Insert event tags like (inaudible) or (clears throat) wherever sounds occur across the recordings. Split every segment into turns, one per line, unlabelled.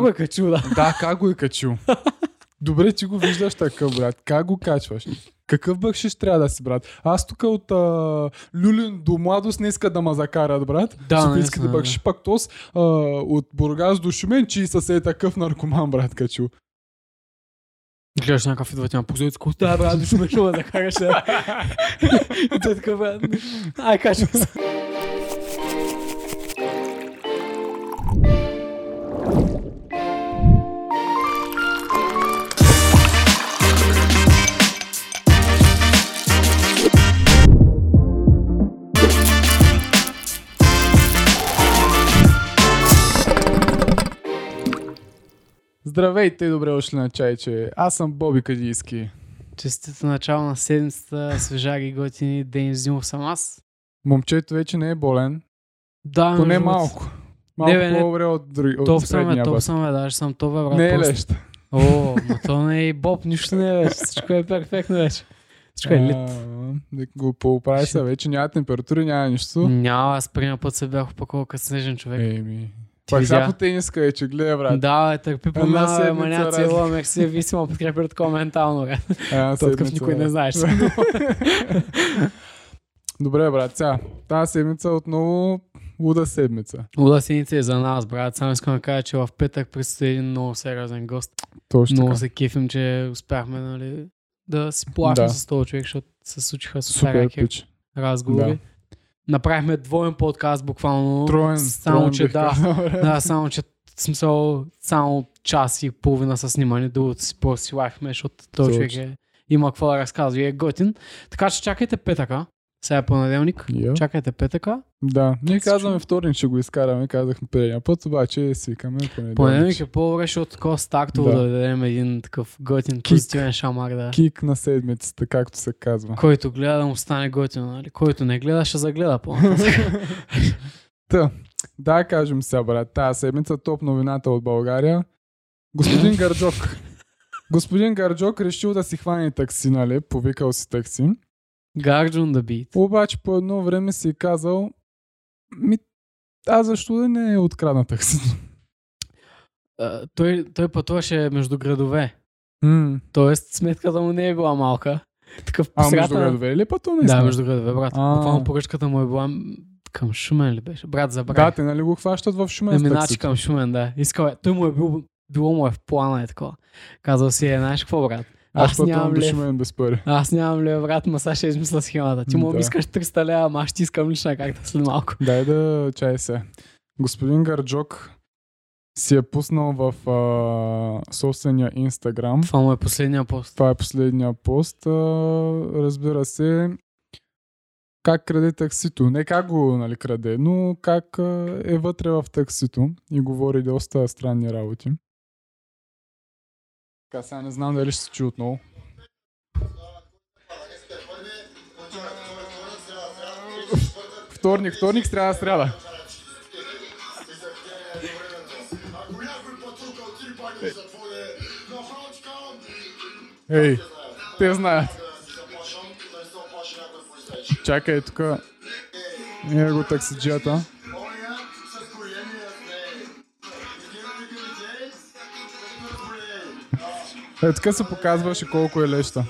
го е качил, да.
Да, как го е качил? Добре, ти го виждаш така, брат. Как го качваш? Какъв бъкшиш трябва да си, брат? Аз тук от а, Люлин до Младост не иска да ме закарат, брат.
Да,
Софийски
наистина, да.
бъкшиш, пак тос а, от Бургас до Шумен, че и със е такъв наркоман, брат, качил.
Гледаш някакъв идва ти на позорец, който да, брат, да шумеш, да караш. да. И той така, брат. Ай, качвам се.
Здравейте и добре дошли на чайче. Аз съм Боби Кадийски.
Честито начало на седмицата, свежари готини, Ден Зимов съм аз.
Момчето вече не е болен.
Да,
Поне
между другото.
малко. Малко
Не, бе, не.
по-добре от, друг, от
Топ съм, бе,
предния
топ
път.
съм, бе, даже съм топ, бе, брат.
Не е
просто.
лещ.
О, ма то не е и боб, нищо не е вече. Всичко е перфектно вече. Всичко е лит.
А, Да го поправи се, вече няма температура, няма нищо.
Няма, аз предния път се бях опаковал като снежен човек.
Еми.
Е, Ти
Пак сега
видя?
по тениска е, че гледа, Е, брат.
Да, бе, търпи по
Една
мен,
седмица
ма няма
разлика.
целувам, ек си, е вие си ме подкрепили такова ментално, бе.
Една
Той такъв
седмица,
никой не
брат.
знаеш.
Добре, брат, сега. Тази седмица отново луда седмица.
Луда седмица е за нас, брат. Само искам да кажа, че в петък предстои един много сериозен гост.
Точно
много
така.
се кефим, че успяхме, нали, да си плахнем
Да.
с този човек, защото се случиха супер
Супер
яки
пич.
разговори.
Да.
Направихме двоен подкаст, буквално.
Троен.
само,
троен
че
бих
да.
казал,
(laughs)
брат.
Да, само, че в смисъл, само час и половина са снимани, другото си просто си лайфме, защото този
Точно.
човек е, има какво да разказва и е готин. Така че чакайте петъка. Сега е понеделник.
Йо.
Чакайте петъка.
Да, ние
Всичко.
казваме вторник, ще го изкараме, казахме предния път, обаче свикаме понеделник.
Понеделник е по-добре, защото такова стартово да.
Да.
да дадем един такъв готин, позитивен шамар, да.
Кик на седмицата, както се казва.
(laughs) Който гледа да му стане готино, нали? Който не гледа, ще загледа по
(laughs) Та, да кажем сега, брат, тази седмица е топ новината от България.
(laughs)
Господин Гарджок. Господин Гарджок решил да си хване такси, нали? Повикал си такси.
Гарджун да бит.
Обаче по едно време си е казал, ми, аз защо да не открадна таксито?
А, Той, той пътуваше между градове.
М,
Тоест сметката му не е била малка. Такъв по
А
средата
между
на-
градове ли пътува
Да,
наистина?
между градове, брат.
А.
Буквално поръчката му е била м, към Шумен ли беше? Брат,
Да,
забравих.
те нали го хващат в Шумен
Да,
с
миначи
таксито?
Ами, значи към Шумен, да. Искал е. Той му е бил, било му е в плана е такова. Казал си, е, знаеш какво, брат?
Аз
Аз нямам
пътувам до
лев.
Шумен без пари.
Аз нямам ли, брат, ма сега ще измисля схемата. Ти му
Да.
искаш 300 лева, ама аз ти искам лична карта след малко.
Дай да чай се. Господин Гарджок си е пуснал в а, собствения Инстаграм.
Това му е последния пост.
Това е последния пост. А, разбира се, как краде таксито. Не как го нали, краде, но как а, е вътре в таксито и говори доста странни работи. Така, сега не знам дали ще се чу отново. Вторник, вторник, сряда, сряда.
Ако някой пътука от три паки за твое, на фронт каун,
Ей, те знаят.
да си заплашам, да не се оплаши някой полицайчик.
Чакай е тук. Ние го таксиджията.
Оня с големия злей. Герой герой, добре.
Е, така се показваше колко е леща.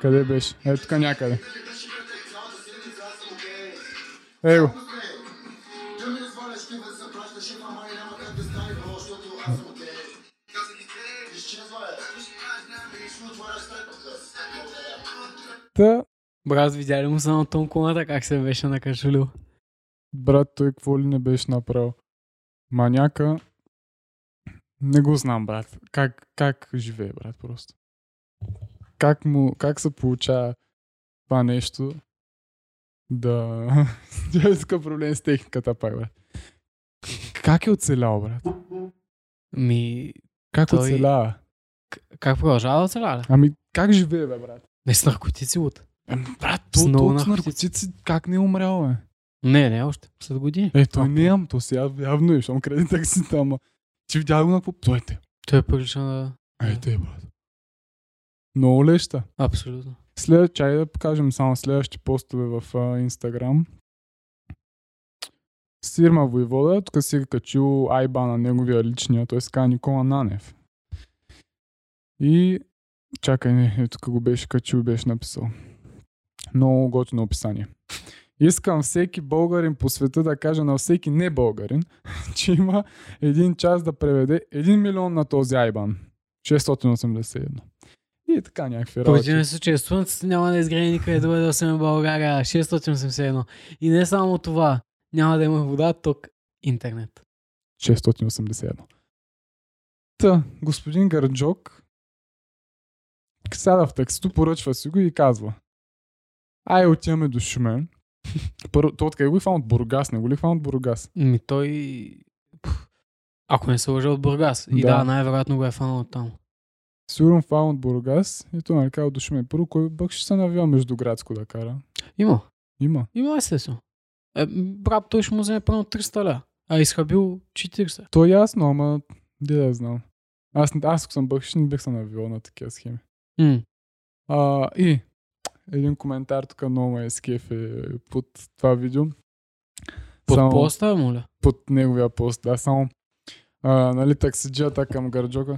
Къде беше? Е, тук някъде.
Цялата седмица аз съм окей.
Ей го.
Ти ми изваляш кива да се пращаш, има мани, няма как да стане било, защото аз съм окей. Изчезва е. Нищо отваряш стайката.
Та,
Брат, видя ли му само Том Коната как се беше накашулил?
брат, той какво ли не беше направил? Маняка. Не го знам, брат. Как, как живее, брат, просто. Как, му, как се получава това нещо да... (laughs) Тя иска проблем с техниката пак, брат. Как е оцелял, брат?
Ми,
Как
Той-
оцелява?
к- как продължава да оцеля?
Ами как живее, бе, брат?
Не с наркотици от.
Ами, брат,
С
то,
много
то с
наркотици.
наркотици как не е умрял, бе?
Не, не още. След години.
Е, той не ям, то сега явно е, защото краде таксита, ама. Ти видя го на какво? Той те.
Той е прилича на...
Ей, те, брат. Много е леща.
Абсолютно.
След, чай да покажем само следващи постове в а, Инстаграм. Сирма Войвода, тук си е качил айба на неговия личния, той се казва Никола Нанев. И чакай, не, е, тук го беше качил, беше написал. Много готино описание. Искам всеки българин по света да каже на всеки не българин, (laughs) че има един час да преведе 1 милион на този айбан. 681. И така някакви
По
работи.
един случай, слънцето няма да изгрее никъде добре да освен в България. 681. И не само това. Няма да има вода, ток, интернет.
681. Та, господин Гарджок сяда в таксито, поръчва си го и казва Ай, отиваме до Шумен. (laughs) Първо, той откъде го е фан от Бургас? Не го ли е фан от Бургас?
Ми той... пф, Ако не се лъжа от Бургас. И
Да.
да, най-вероятно го е фанал от там.
Сигурно фан от Бургас и той нарекал до Шумен. Първо, кой бък ще се навива между градско да кара?
Има.
Има.
Има естествено. Е, брат, той ще му вземе пълно 300 ля. А изхабил 40.
То е ясно, ама де да я знам. Аз, аз ако съм бъкши, не бих се навивал на такива схеми.
М.
А, и един коментар тук много ме е скеф е, под това видео.
Под
Само-
поста, моля.
под неговия пост. Да, само а, нали, таксиджията към Гарджока.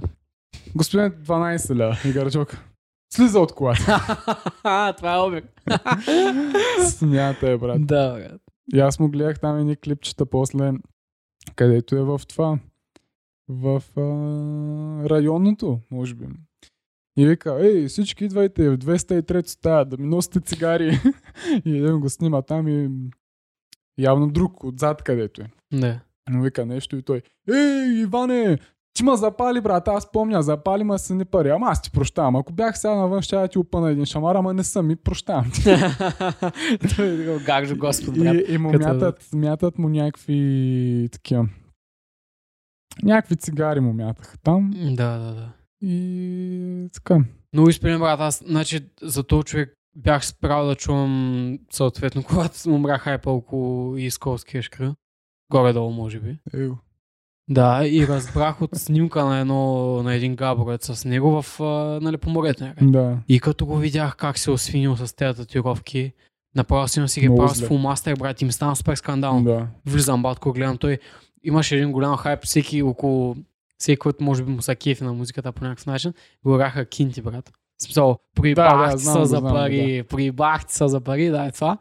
Господин 12 ля и Гарджока. Слиза
(laughs)
от колата.
това е обик.
Смята е, брат.
да, брат.
И аз му гледах там едни клипчета после, където е в това. В а, районното, може би. И вика, ей, всички идвайте в 203 стая да ми носите цигари. (laughs) и един го снима там и явно друг отзад където е.
Да.
Но вика нещо и той, ей, Иване, ти ма запали, брат, аз помня, запали ма си не пари, ама аз ти прощавам. Ако бях сега навън, ще да ти опъна един шамар, ама не съм и прощавам. ти.
(laughs) Той е такъв гагжо господ, брат.
и, и му
като-
мятат, мятат му някакви такива. Някакви цигари му мятаха там
Да, да, да.
и така.
Много изпрем, брат. Аз, значи, за този човек бях спрял да чувам съответно, (laughs) когато умря хайпа около Исковския шкра. Горе-долу, може би.
Его.
Да, и разбрах от снимка на, едно, на един габорет с него в, а, нали, по морето някъде.
Е. Да.
И като го видях как се е освинил с тези татуировки, направо си имам си ги
Много
правил
зле.
с фулмастер, брат, и ми стана супер скандално.
да.
влизам батко, гледам той. Имаше един голям хайп, всеки около всеки, който може би му са кефи на музиката по някакъв начин, го раха кинти, брат. В Смисъл,
Да,
прибах
да,
ти
знам
са
го,
за
знам го,
пари, прибах ти са за пари, да, е това.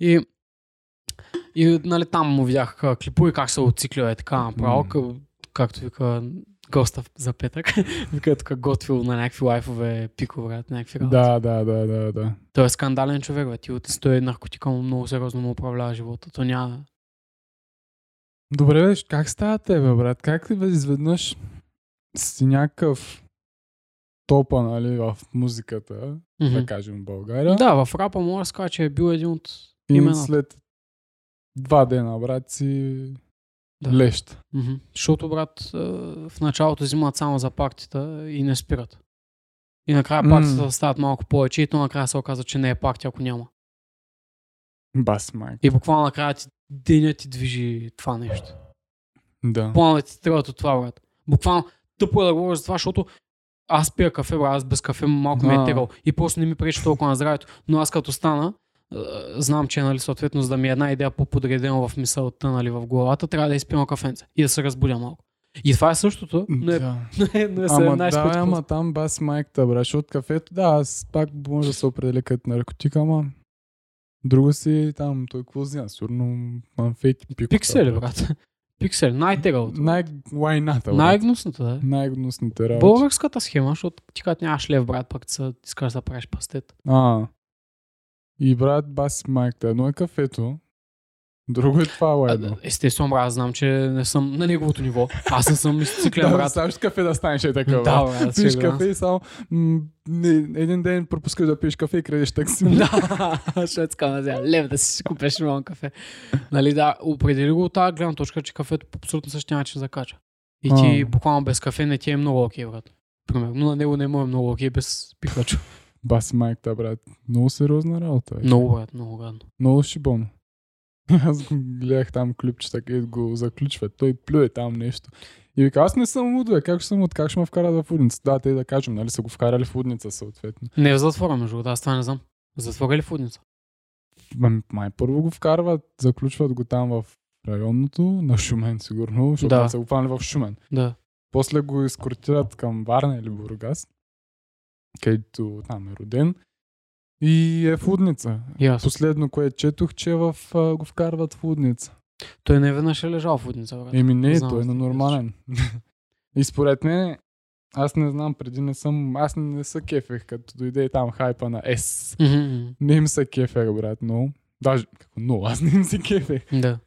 И, и нали, там му видях а, клипове как се отциклил е така направо,
М.
mm. както вика госта за петък, (laughs) вика тук готвил на някакви лайфове пико, брат, някакви работи.
Да, да, да, да, да.
Той е скандален човек, бе. Ти от стои наркотика му много сериозно му управлява живота. То няма...
Добре, бе, как става тебе, брат? Как ти бе, изведнъж си някакъв топа, нали, в музиката,
Мгм.
да кажем, в България.
Да, в рапа мога да кажа, че е бил един от...
и
имена.
след два дена, брат, си
Да.
лещ.
Мгм. Защото, брат, е, в началото взимат само за партията и не спират. И накрая
М.
партията стават малко повече и то накрая се оказа, че не е партия, ако няма.
Бас, майк.
И буквално накрая ти, деня ти движи това нещо.
Да.
Планове ти трябват от това, брат. Буквално тъпо е да говоря за това, защото аз пия кафе, брат, аз без кафе малко ме
Да.
е тегал. И просто не ми пречи толкова на здравето. Но аз като стана, е, знам, че, нали, съответно, за да ми е една идея по-подредена в мисълта, нали, в главата, трябва да изпивам кафенце и да се разбудя малко. И това е същото, но е,
да.
(laughs) но е, но е
Ама
17
да,
пъти
ама
по-
там бас майката, брат, защото кафето, да, аз пак може да се определя като наркотик, ама друго си там, той какво взема, сигурно манфейки пикота.
Пиксели, е брат. (laughs) Пиксели, най-тегалото.
Най-лайната, брат.
Най-гнусното, да.
Най-гнусните работи.
Българската схема, защото ти като нямаш лев, брат, пък ти са- ти искаш да правиш пастет.
А. И брат, бас майката. Едно е кафето, друго е това
А,
лайно.
Естествено, брат, аз знам, че не съм на неговото ниво. Аз не съм изциклен,
(laughs) Да, да,
брат.
ставаш кафе да станеш е такъв.
Да,
Да,
брат,
пиеш
сигурен
кафе и само м, не, един ден пропускаш да пиеш кафе и крадеш такси.
съм. (laughs) Да, ще е така да лев да си купеш малко кафе. Нали, да, определи го от тази гледна точка, че кафето по абсолютно същия начин закача. И ти
А.
буквално без кафе не ти е много окей, брат. Примерно на него не му е много окей без пикачо.
Бас майката, брат. Много сериозна работа. Е.
Много, брат, много гадно.
Много шибоно. (laughs) Аз го гледах там клипчета, където го заключват. Той плюе там нещо. И вика, аз не съм луд, бе. Как ще съм луд? Как ще ме вкарат в удница? Да, те да кажем, нали са го вкарали в удница съответно.
Не е в затвора, между другото, аз това не знам. В Затвора или в удница?
Ами, М- Май първо го вкарват, заключват го там в районното, на Шумен сигурно, защото
Да.
да. са го хванали в Шумен.
Да.
После го изкортират към Варна или Бургас, където там е роден. И е в Лудница.
Ясно.
Последно, което четох, че е в, а, го вкарват в Лудница.
Той не веднъж е лежал в водница, брат.
Еми не,
Знам
той е
за
на
тези
нормален. и според мен, аз не знам, преди не съм, аз не, не се кефех, като дойде и там хайпа на S.
Мгм, мгм.
Не им се кефех, брат, но... Даже, какво, но аз не им се кефех.
Да.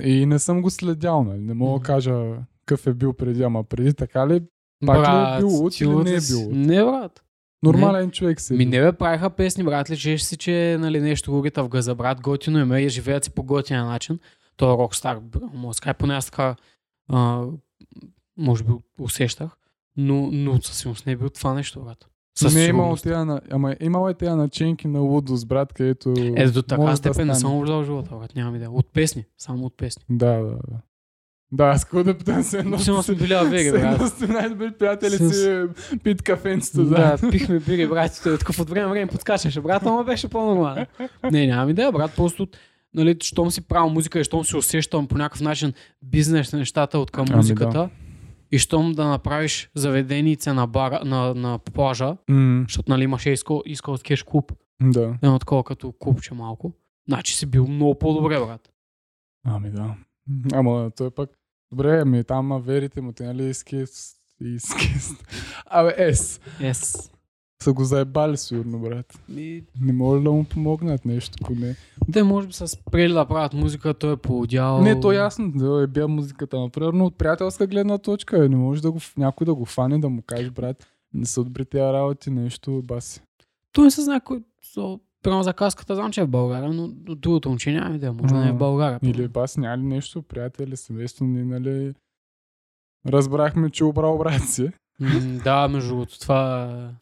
И не съм го следял, нали? Не мога
Мгм.
да кажа какъв е бил преди, ама преди така ли? Пак ли е бил от или
силата
не е
си-
бил от?
Не, брат.
Нормален човек си. е
Ми не бе, правиха песни, брат, личеше си, че нали, нещо го рита в газа, брат, готино им е, живеят си по готиния начин. Той е рокстар, бр- му скай, поне аз така, а, може би усещах, но, но със сигурност не е бил това нещо, брат. Със
не е имал
сигурност.
тя на... Ама е имал е тя начинки на лудост, брат, където...
Е, до така
може да
степен не
стане.
съм влязал в живота, брат, нямам идея. От песни, само от песни.
Да, да, да. Да, аз какво да питам се едно.
Сигурно сме били
(laughs)
авери,
С едно
брат.
сте най-добри приятели
С-
е си пит кафенцето,
Да,
да.
пихме бири, брат, и той такъв от време на време подскачаше, брат, ама беше по-нормално. Не, нямам идея, брат, просто нали, щом си правил музика и щом си усещам по някакъв начин бизнес нещата от към
Ами да.
музиката и щом да направиш заведеница на, бара, на, на плажа,
М,
защото нали, имаше искал, искал кеш клуб,
Да.
едно такова като клубче малко, значи си бил много по-добре, брат.
Ами да. Ама той пък... Добре, ами там верите му, те нали скист и скист. Абе, ес.
Yes.
Са го заебали сигурно, брат.
И,
Не може ли да му помогнат нещо поне.
те може би са спрели да правят музика, той е поудял.
Не, то ясно, да е бил музиката, но примерно от приятелска гледна точка е, не може да го, някой да го фане, да му каже, брат, не са добри тези работи, нещо, баси.
Той не се знае кой... со- Прямо за каската знам, че е в България, но д- другото момче няма идея. Може да не е в
М,
България.
Или баси, няма ли нещо, приятели, семейство, ни, нали, разбрахме, че е обрал брат си. (laughs)
М, да, между другото, това... е-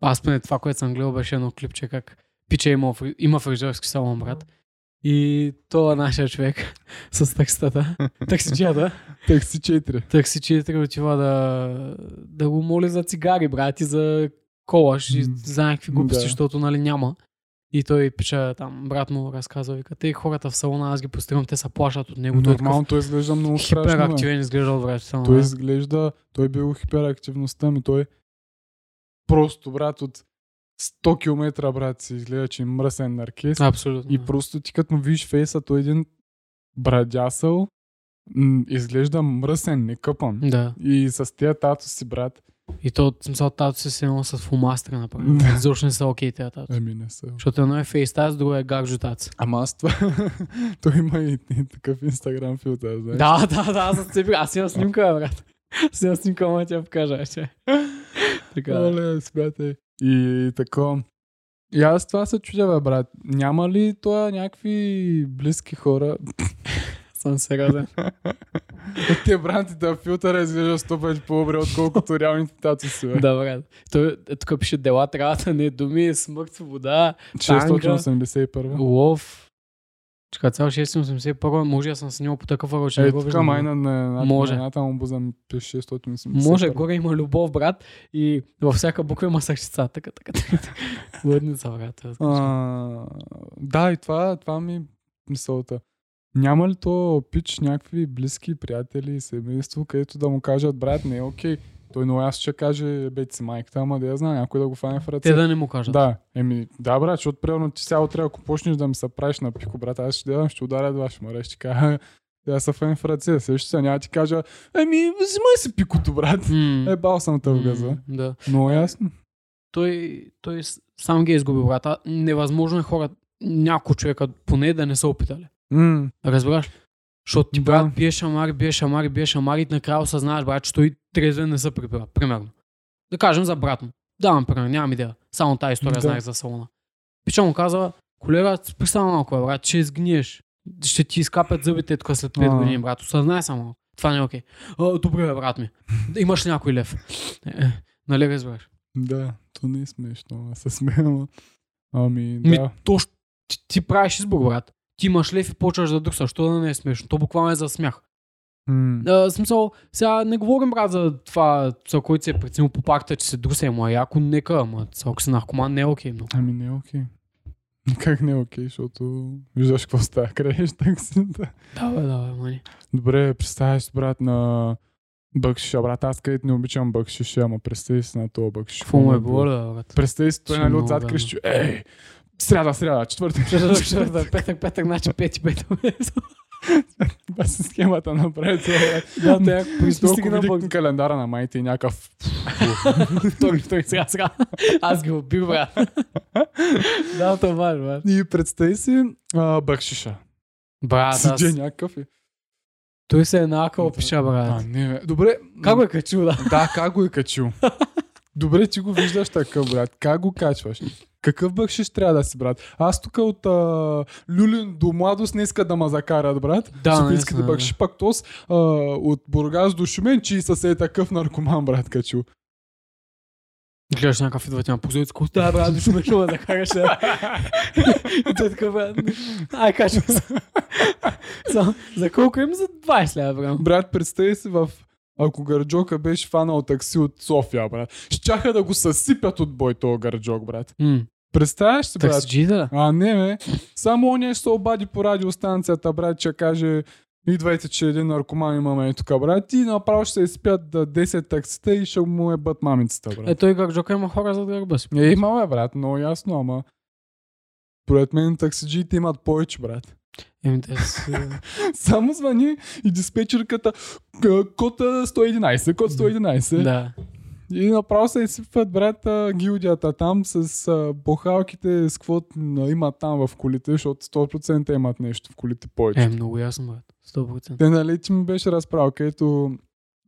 Аз поне това, което съм гледал, беше едно клипче как Пиче има, фри- има фризьорски салон, брат. И то е нашия човек (laughs) с такситата. Таксичията.
Такси 4.
Таксичията отива да, да го моли за цигари, брат, и за колаш и
М,
за някакви глупости,
да.
защото нали няма. И той пича там, брат му разказва, вика, те хората в салона, аз ги постирам, те се плашат от него. Той е такъв-
Нормално, той изглежда много страшно. бе.
Хиперактивен изглежда от време. само,
Той
да.
изглежда, той е бил хиперактивността ми, той просто, брат, от 100 км, брат, се изглежда, че е мръсен наркес.
Абсолютно.
И
да.
просто ти като му видиш фейса, той е един брадясъл, м, изглежда мръсен, некъпан.
Да.
И с тия тато си, брат,
И то, в смисъл, тато си се едно с фумастра, направи.
Да.
Защо не са окей тези тато.
ами не са.
Защото едно е фейстаз, друго е гарджо тац.
Ама аз това, (laughs) той има и, и такъв инстаграм филтър, знаеш.
Да, да, да, аз се Аз имам снимка, бе, брат. Аз имам снимка, ама тя покажа, че. Така. да.
Оле, смятай. И така. И аз това се чудя, бе, брат. Няма ли това някакви близки хора?
Съм сериозен.
От Те бранти да филтъра изглежда сто пъти по-добре,
(laughs)
отколкото реалните тато си, бе.
Да, брат. Той е, тук пише дела, трябва да не е думи, смърт, вода, танка,
681.
лов. Чека, цял 681, може да съм снимал по такъв ръч. не
Е,
го
тук
виждам.
майна на на-
Може.
на едната му буза ми пише 681.
Може, горе има любов, брат, и във всяка буква има сърчица. Така, така, така.
(laughs)
Лъдница, брат. е. аз кажа.
А, да, и това, това ми е мисълта. Няма ли то пич някакви близки приятели и семейство, където да му кажат, брат, не е окей. Той много ясно ще каже, бе ти си майката, ама да я знае, някой да го фане в ръце.
Те да не му кажат.
да, еми, да, брат, защото примерно ти сега утре, ако почнеш да ми се правиш на пико, брат, аз ще дадам, ще ударя два, ще мъре, ще кажа, (laughs) да са фен в ръце, също се, няма да ти кажа, еми, взимай си пикото, брат.
М,
Е, бал съм те в газа.
м, Да.
Много ясно.
Той, той с- сам ги е изгубил, брат. А, Невъзможно е хора, няколко човека поне да не са опитали.
М,
Разбираш? Защото ти,
Да.
брат, биеш амари, биеш амари, биеш амари и накрая осъзнаеш, брат, че той трезвен не се прибира. Примерно. Да кажем за брат му. Давам пример, нямам идея. Само тази история
Да.
знаех за салона. Пича му каза, колега, спи само малко, бе, брат, ще изгниеш. Ще ти изкапят зъбите тук след 5
А.
години, брат. Осъзнай само. Това не е окей. А, добре, бе,
(laughs)
брат ми. Имаш ли някой лев? Е, е, нали разбираш?
Да, то не е смешно, аз се смея. ама- Ами,
Ми,
да.
Точно ти, ти правиш избор, брат. Ти имаш лев и почваш да друг, що да не е смешно. То буквално е за смях.
М.
А, смисъл, сега не говорим брат за това, за който се е преценил по пакта, че се друса и му е яко, нека, ама са, ако си наркоман не е окей много.
Ами не е окей. Как не е окей, защото виждаш какво става (laughs) край таксита.
Да, бе, да, бе, мани.
Добре, представяш, брат, на бъкшиша, брат. Аз където не обичам бъкшиша, ама представи си на това бъкшиш.
Какво му е било, да, брат?
Представи си, той
Ще
нали
много
отзад
гадно.
крещи, ей, сряда, сряда, четвъртък. (laughs)
Да, петък, петък, значи пети, пети.
Това си схемата направи това, брат.
Да, те ако
Той
пристигна
ако
пък
види календара на майите
(laughs)
и някакъв...
вторник, вторник, сега, сега. Аз ги убих, брат. Да, това е важно, брат.
И представи си а, бъкшиша.
Брат, аз...
Седи някакъв и...
Той се е наакал, пиша,
А,
брат.
не, бе. Добре.
Как го е качил, да?
Да, как го
(laughs)
е качил? Добре, ти го виждаш такъв, брат. Как го качваш? Какъв бъкшиш трябва да си, брат? Аз тук от а, Люлин до Младост не иска да ма закарат, брат.
Да,
Софийските
наистина,
бъкши, пак тос а, от Бургас до Шумен, че и със е такъв наркоман, брат,
(laughs)
качил.
Гледаш някакъв идва ти на позорец, какво става, брат, ще ме ще ме закараш. да. И той е така, брат, ай, качвам се. Само, За колко им? За 20 лева, брат.
Брат, представи си в ако Гарджока беше фанал такси от София, брат, щяха да го съсипят от бой този Гарджок, брат.
М,
Представяш си, брат,
Таксиджи, да.
А, не, ме. Само он ще се обади по радиостанцията, брат, че каже идвайте, че един наркоман имаме и тук, брат. И направо ще се изпят да 10 таксита и ще му е бът мамицата,
Е,
брат.
той как Джока има хора зад гърба си.
Е, имаме, брат, много ясно, ама Поред мен таксиджиите имат повече, брат. (laughs)
Еми, Е, те (laughs) са...
Само звъни и диспетчерката «К- кота 111, код 111.
Да.
И направо се изсипват, брат, а, гилдията там с а, бухалките, с какво м, имат там в колите, защото 100% имат нещо в колите повече.
Е, много ясно, брат. 100%.
Те, нали, ти ми беше разправил, където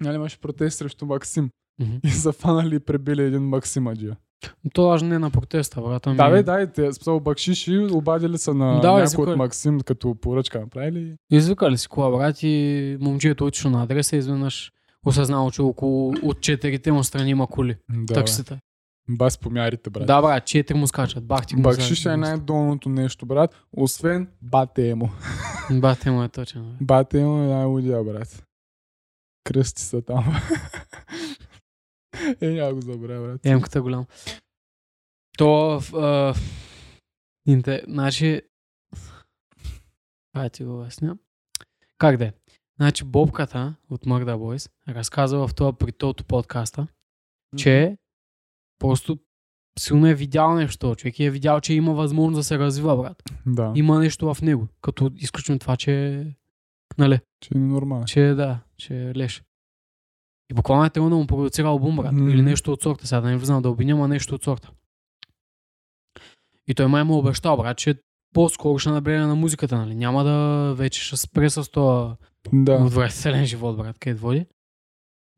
нали, имаше протест срещу Максим.
Мгм.
И (laughs) зафанали и пребили един Максимаджия.
Но То даже не е на протеста, брат. Ами...
Да, бе, да, и те спсал бакшиши, обадили са на
Да, бе, за
някой
кой?
от Максим, като поръчка направили.
Извика ли си кола, брат, и момчето отишло на адреса и изведнъж осъзнало, че около от четирите му страни има коли.
Да,
Да,
такси.
таксита.
Бас помярите, брат.
Брат. Да, брат, четири му скачат. Бах ти му
Бакшиша е
за-
най-долното нещо, брат, освен бате му.
Бате му е точен, брат.
Бате му е най-лудия, брат. Кръсти са там. (laughs) е, няма го забравя, брат.
Емката е голяма. То... в, А... Инте... Значи... Ай ти го обясня. Как да е? Значи Бобката от Мърда Бойс разказва в това при тото подкаста, че просто силно е видял нещо. Човек и е видял, че има възможност да се развива, брат.
Да,
Има нещо в него. Като изключим това, че е- нали,
че е ненормално.
че е, да, че е леш. И буквално е тръгнал да му продуцира албум, брат.
Мгм.
Или нещо от сорта. Сега да не влизам да обвиня, нещо от сорта. И той май му е обещал, брат, че по-скоро ще набреме на музиката, нали? Няма да вече ще спре с това
Да.
отвратителен живот, брат, къде води.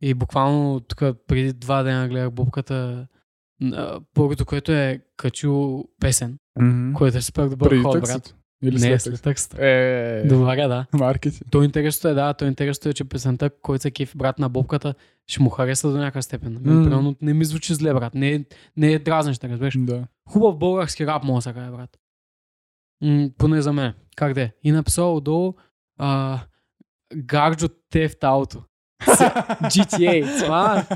И буквално тук преди два дена гледах бубката, а, първото, което е качил песен,
Мгм.
което е супер добър
Преди
ход, брат.
таксито? Или
Не,
след
след
таксито?
текста.
Е,
Добре, да.
маркетинг.
То интересното е, да, то интересното е, че песента, който се кефи брат на бобката, ще му хареса до някаква степен.
Мм.
Mm. Примерно не ми звучи зле, брат. Не, е- не е дразнеща, разбираш.
Да.
Хубав български рап мога да се каже, брат. М, поне за мен. Как да е? И написал отдолу а, Гарджо Тефт Ауто. GTA, това,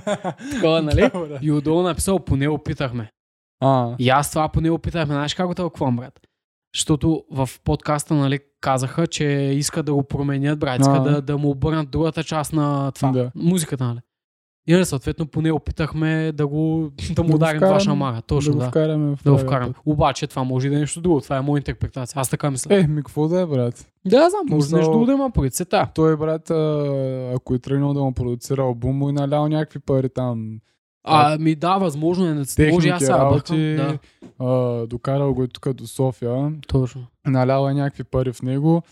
такова, нали?
Да, брат.
И отдолу написал, поне опитахме.
А,
И аз това поне опитахме. Знаеш как го тълкувам, брат? Защото в подкаста, нали, казаха, че искат да го променят, брат, искат
А.
да, да му обърнат другата част на това,
Да.
да. музиката, нали? И нали, съответно, поне опитахме да, го, да му
Да го
ударим
вкараме,
два шамара. Точно,
да
да.
го
Да,
вкараме в
да го
правия
вкарам.
път.
Обаче това може и да е нещо друго. Това е моя интерпретация. Аз така мисля. Е,
Е, ми какво да е, брат?
да, знам, може
мисъл-
нещо друго да има предсета.
Той, брат, а, ако е тръгнал да му продуцира албум, му е налял някакви пари там.
А, ми да, възможно е. не- Може и аз
Техники,
сега работи... да,
работи, а, докарал го е тук до София,
точно.
налял е някакви пари в него,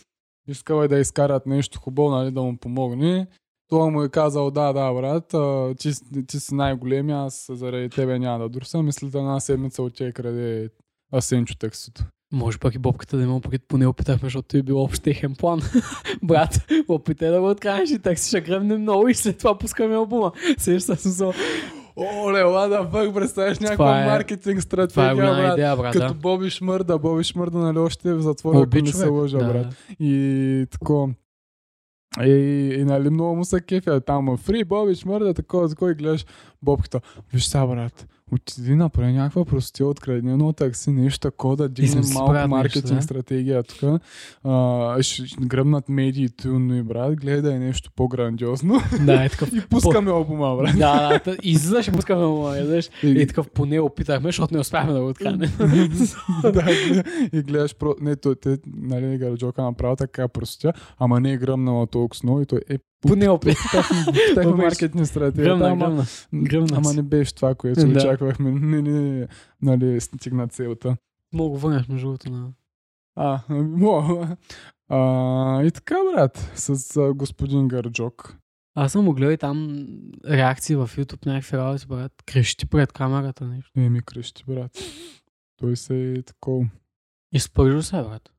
искал е да изкарат нещо хубаво, нали, да му помогне. Той му е казал, да, да, брат, а, ти, си- ти си най-големия, аз заради тебе няма да друса. Мисля, да една седмица от тя краде Асенчо таксито.
Може пък и бобката да има опит, поне опитахме, защото е било общ техен план. (laughs) Брат, опитай да го откажеш и такси ще гръмне много и след това пускаме албума. Сеш с Сусо.
Оле, лада, бък, представяш някаква
е-
маркетинг
Това
стратегия,
е голяма
брат.
идея, брат.
Като
да.
Боби Шмърда, Боби Шмърда, нали още е в затвора, ако не
Обичаме.
се лъжа,
Да,
брат.
да.
И тако. И, и, нали много му се кефя там, а, фри Боби Шмърда, такова, за кой гледаш бобката. Виж сега, брат, отиди направи някаква простия открадни едно такси, нещо такова, да дигне
Измисли, брат,
малко
нещо,
маркетинг
да.
стратегия тук. А, ще ще гръмнат медиите, но и брат, гледай нещо по-грандиозно
(laughs)
(laughs)
Да, е такъв.
и пускаме обума,
(laughs)
брат.
да, да, та- и излизаш и пускаме му, е, знаеш. И такъв поне опитахме, защото не успяхме да го откраднем.
(laughs) да, и гледаш про... Не, той те, нали, Гарджока направи така простя, ама не е гръмнала толкова много и той (laughs) е
(laughs) Поне опит.
така
Обаче,
маркетни стратегия.
Гръмна,
ама,
гръмна. гръмна
ама
си.
не беше това, което
Да.
очаквахме. Не, не, не, нали, стигна целта.
Мога го върнеш между другото на...
А, (laughs) мо, а, и така, брат, с а, господин Гарджок.
Аз съм го гледал и там реакции в YouTube, някакви работи, брат. Крещи пред камерата нещо.
Не Е, ми крещи, брат. Той се е такова.
Изпържил се, брат.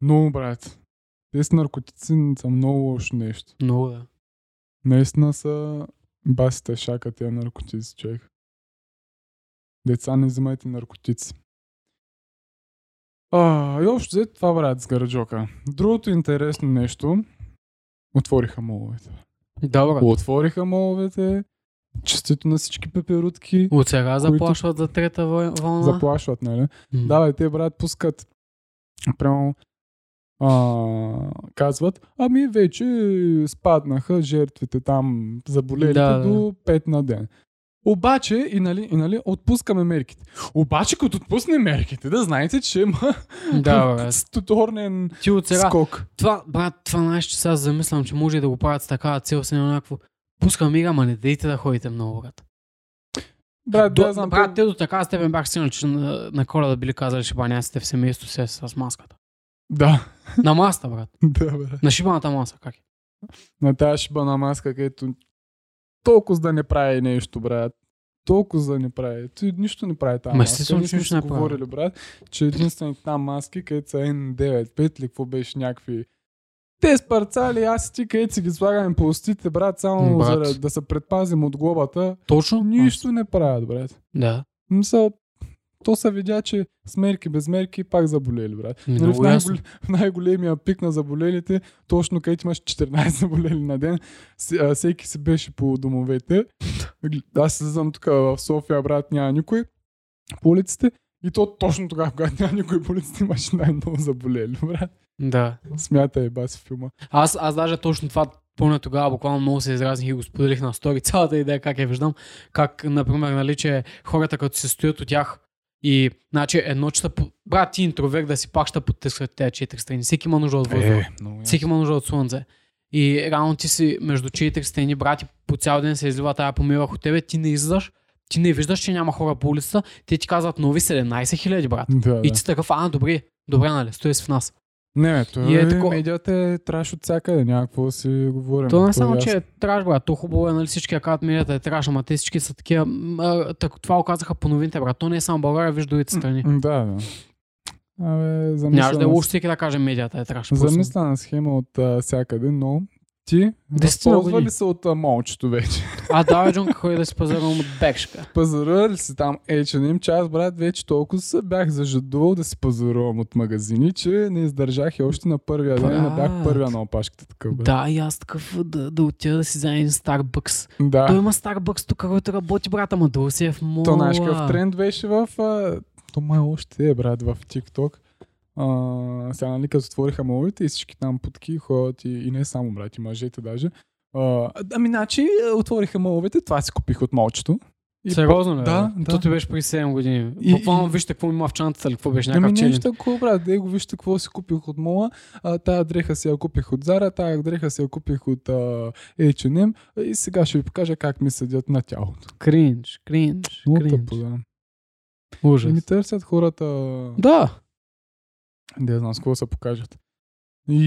Но, брат, те с наркотици са много лошо нещо.
Много да.
Наистина са басите шака тия наркотици, човек. Деца не взимайте наркотици. А, и общо взето това брат с Гараджока. Другото интересно нещо, отвориха моловете.
Да, брат.
Отвориха моловете, честито на всички пеперутки,
От сега
които-
заплашват за трета вой- вълна.
заплашват, нали?
М.
Давай, те, брат, пускат. Прямо а, казват, ами вече спаднаха жертвите там, заболелите
Да,
да,
да.
до 5 на ден. Обаче, и нали, и нали, отпускаме мерките. Обаче, като отпуснем мерките, да знаете, че има
Да,
(laughs)
брат.
стуторнен
Ти от Е. сега.
скок.
Това, брат, това нещо, че сега замислям, че може и да го правят с такава цел, се някакво. Пускам игра, ма не дейте да ходите много, брат.
Брат,
до,
да, знам,
брат,
те-
те до така степен бях сигурен, че на, на коледа били казали, че баняците в семейството се с маската.
да, (laughs)
На маста, брат.
да, брат.
На шибаната маса, как е?
На тази шибана маска, където толкова за да не прави нещо, брат. Толкова за да не прави. Ти нищо не прави там.
Ма, естествено, че нищо не прави.
говорили, брат, че единствените там маски, където са N95 ли, какво беше някакви те с парцали, аз и ти, където си ги слагаме по устите, брат, само
Брат.
за да- да се предпазим от глобата,
Точно?
нищо не правят, брат.
Да.
Мисъл, то се видя, че с мерки, без мерки, пак заболели, брат.
Ми,
Нали, в,
Ами много ясно.
най-гол... в най-големия пик на заболелите, точно където имаш 14 заболели на ден, с- а, всеки си беше по домовете. Аз слизам тук в София, брат, няма никой по улиците. И то точно тогава, когато няма никой по улиците, имаше най-много заболели, брат.
Да.
Смятай, е, баси
Е.
филма.
Аз, аз даже точно това помня тогава, буквално много се изразних и го споделих на стори. (laughs) Цялата идея как я виждам, как, например, нали, че хората като се стоят от тях и, значи, едно, че са по- брат, ти интроверт да си пак ще потискат тези четири страни. Всеки има нужда от въздух.
много
Всеки има нужда от слънце. И реално ти си между четири стени, брати, по цял ден се излива тая помилах от тебе, ти не излизаш, ти не виждаш, че няма хора по улицата, те ти казват нови 17 хиляди, брат.
да, да.
И ти си такъв, а, добре, добре, нали, стои си в нас.
Не, бе, той
И е
е,
тако-
медията е траш от всякъде, някакво си говорим.
То
е
не само,
ясно.
че е траш, брат. То хубаво е, нали всички я казват медията е траш, ама те всички са такива. м, а, Так, това го казаха по новините, брат. То не е само България, виж другите страни.
М, Да, да. Абе,
е- Нямаш да е
замислена,
лошо всеки да каже медията е траш. Просто-
замислена схема от а, всякъде, но ти
Десетина
възползва
години.
ли се от а, малчето вече? (laughs)
А да, бе, Джон, ходи да си пазарувам от бекшка.
Пазара ли си там H&M, че аз, брат, вече толкова се бях зажадувал да си пазарувам от магазини, че не издържах и още на първия ден, не
Брат.
бях първия на опашката такъв. Брат.
Да, и аз такъв да, да отида да си взема един Starbucks.
Да.
Той има Starbucks тук, който работи, брат, ама да си е в мола.
То знаеш какъв тренд беше в... А, то май още е, брат, в TikTok. А, сега, нали, като отвориха моловете и всички там путки ходят и, и не само, брат, и мъжете даже. А, ами, значи, а, отвориха моловете, това си купих от молчето. И
Сериозно ли?
Да,
бе?
да.
То ти беше при 7 години.
И-
Буквално вижте какво има в чантата или какво беше някакъв
Ами
челлендж.
нещо такова, брат. Его, вижте какво си купих от Мола. А, тая дреха си я купих от Зара, тая дреха си я купих от а, H&M. И сега ще ви покажа как ми седят на тялото.
Кринж, кринж,
Много
кринж.
тъпо, да. И
Ужас.
ми търсят хората...
Да.
Да, знам с какво се покажат. И,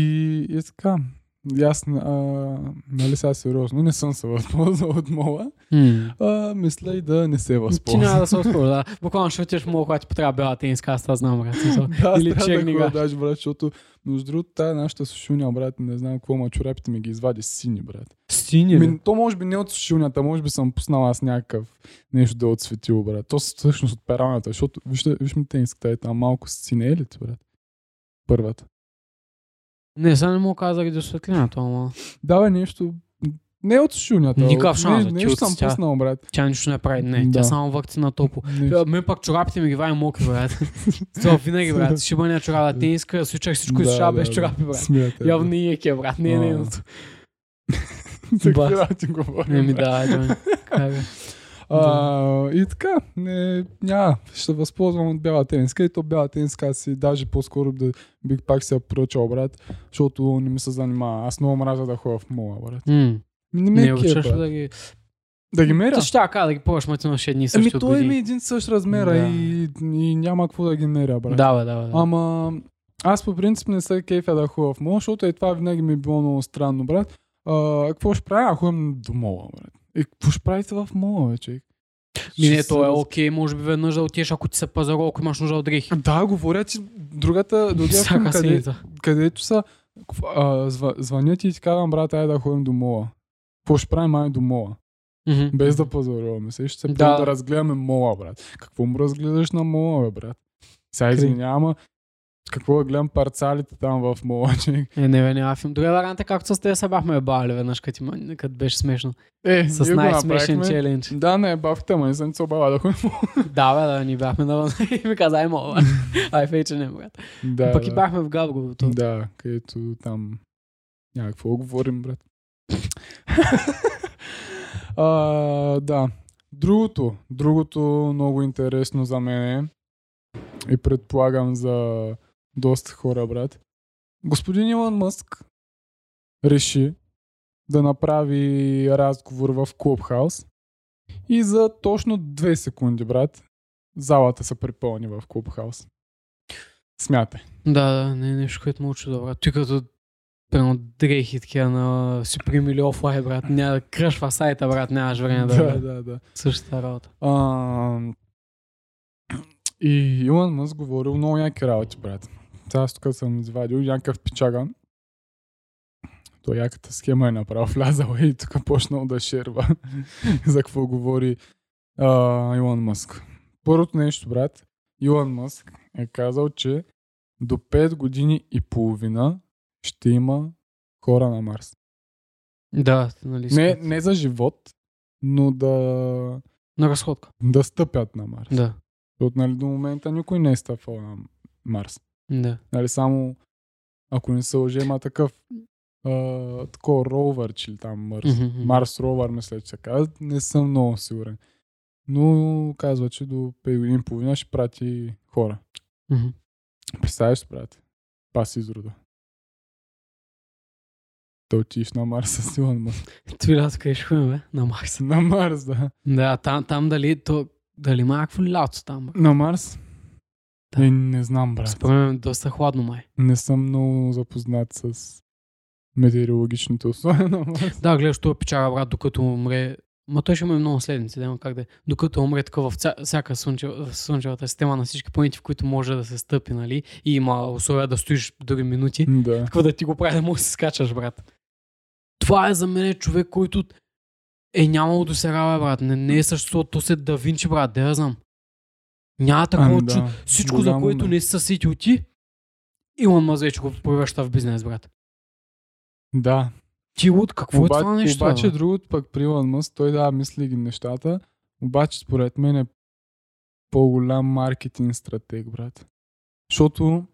и така. И Аз, а, нали сега сериозно, не съм се възползвал от мола.
М.
А, мисля и да не се
Ти няма
възползвам. (laughs)
да се отпорва, да. Буквално ще отидеш много, когато ти потрябва бяла тениска, аз това знам, брат. смисъл.
аз
Или
трябва
черни
да
гащи.
го даш, брат, защото между другото, тая нашата сушилня, брат, не знам какво, ма чорапите ми ги извади сини, брат.
Сини
Ми, то може би не от сушилнята, може би съм пуснал аз някакъв нещо да е отсветил, брат. То с- всъщност от пералнята, защото вижте, виж ми тениската е там малко сине е ли ти, брат? Първата.
no. Не, сега не мога да каза заради осветлината, ама.
Давай нещо Не от шунята.
Никакъв шанс, бе, ти
Нещо
значи, от
съм
тя.
пуснал, брат.
Тя нищо не прави. Не, тя
Да.
само вакцина топо.
Не.
Мен пак чорапите ми ги вади мокри, брат. Това винаги, брат. Шибания чорапа, тениска, свичах всичко и да, без чорапи, брат.
Смятай. бе. (laughs)
Явно и еке, брат. Не е
А.
нейното.
За
ба.
какво ти говорим,
Еми
брат?
Ами да, айде. Кай, бе.
А, и така, не, няма, ще се възползвам от бяла тениска и то бяла тениска аз си даже по-скоро да бих пак си я поръчал, брат, защото не ми се занимава. Аз много мразя да ходя в мола, брат.
М,
Не ме
Не
е
обичаш
кеф,
ли
брат.
да ги...
Да ги меря?
Та ще я кажа да ги пробваш, ма ти имаш едни и
Ами
същи от
той ми е
години.
един и същ размер
Да.
да. и, и, няма какво да ги меря, брат.
Да, бе, да, бе, да.
Ама аз по принцип не се кефя да ходя в мола, защото и това винаги ми е било много странно, брат. А, какво ще правя? А, ходим до мола, брат. И какво ще правите в мола, вече?
Ми не,
Ще
то
се
е
раз-
окей, може би веднъж да отидеш, ако ти се пазарува, ако имаш нужда от дрехи.
Да, говоря, че другата, другия филм,
Всяка
къде,
седмица.
където са, кв- а, зва- звънят и ти казвам, брат, айде да ходим до мола. Какво ще правим ай до мола?
Мгм.
Без да пазаруваме се. Ще се
Да.
да. да разгледаме мола, брат. Какво му разгледаш на мола, бе, брат? Сега
Кри.
извинявам, какво да гледам парцалите там в мола, (laughs) че...
Е, не, бе, няма филм. Другия вариант е както с те се бяхме бавили веднъж, като има- като беше смешно.
Е, ние
С
го
най-смешен
направихме.
челендж.
Да, не, бавките, ама не съм се обава да ходим.
Да, бе, да, ни бяхме навън. (laughs) И ми каза, ай, мога.
(laughs)
Ай, фейче не, брат.
да,
Пък и
да.
бяхме в Габгово. то.
Да, където там някакво говорим, брат.
(laughs)
а, да. Другото, другото много интересно за мен е и предполагам за доста хора, брат. Господин Илон Мъск реши да направи разговор в Клубхаус и за точно 2 секунди, брат, залата се препълни в Клубхаус. Смятай.
Да, да, не е нещо, което му очуда, брат. Ти като Прямо дрехи такива на Supreme или Offline, брат. Няма да кръшва сайта, брат. Нямаш време да,
да,
да.
да, да.
същата работа.
А, и Илон Мъск говорил много яки работи, брат. Та Аз тук съм извадил някакъв пичага. Той яката схема е направо влязала и тук почнал да шерва (laughs) за какво говори а, Илон Мъск. Първото нещо, брат, Илон Мъск е казал, че до 5 години и половина ще има хора на Марс.
Да, нали?
Не,
Не...
не за живот, но да,
На разходка.
да стъпят на Марс.
Да.
Защото нали, до момента никой не е стъпвал на Марс.
Да.
Нали, само ако не се лъжа, има такъв а, такова ровър, че ли там Марс. Mm-hmm.
Мгм.
Марс ровър, мисля, че се казва. Не съм много сигурен. Но казва, че до 5 години и половина ще прати хора.
Мгм.
Представяш се, брат? Пас изрода. Да отиш на Марс (laughs) с Илон Мъск.
Твилята къде ще ходим, бе? На Марс.
На Марс, да.
Да, там, там дали, то, дали има някакво лято там, бе?
На Марс?
Да.
Е, не знам, брат.
Според мен е доста хладно май.
Не съм много запознат с метеорологичните
(laughs)
условия на Марс.
Да, гледаш това печара, брат, докато умре. Ма той ще има и много следници, няма как да е. Докато умре така в ця- всяка слънчева, слънчевата система на всички планети, в които може да се стъпи, нали? И има условия да стоиш други минути.
Да.
Какво да ти го прави, да можеш да се скачаш, брат. Това е за мен човек, който е нямало до сега, бе, брат. Не, не е съществувал, то се да Винчи, брат, да я знам. Няма такова,
Ами
че
да.
всичко, за
Голямо
което
ме.
не си се сетил ти, Илон Мъз вече го превръща в бизнес, брат.
Да.
Ти луд, какво е това нещо? бе,
обаче
брат?
другото пък при Илон Мъск, той да, мисли ги нещата, обаче според мен е по-голям маркетинг стратег, брат. Защото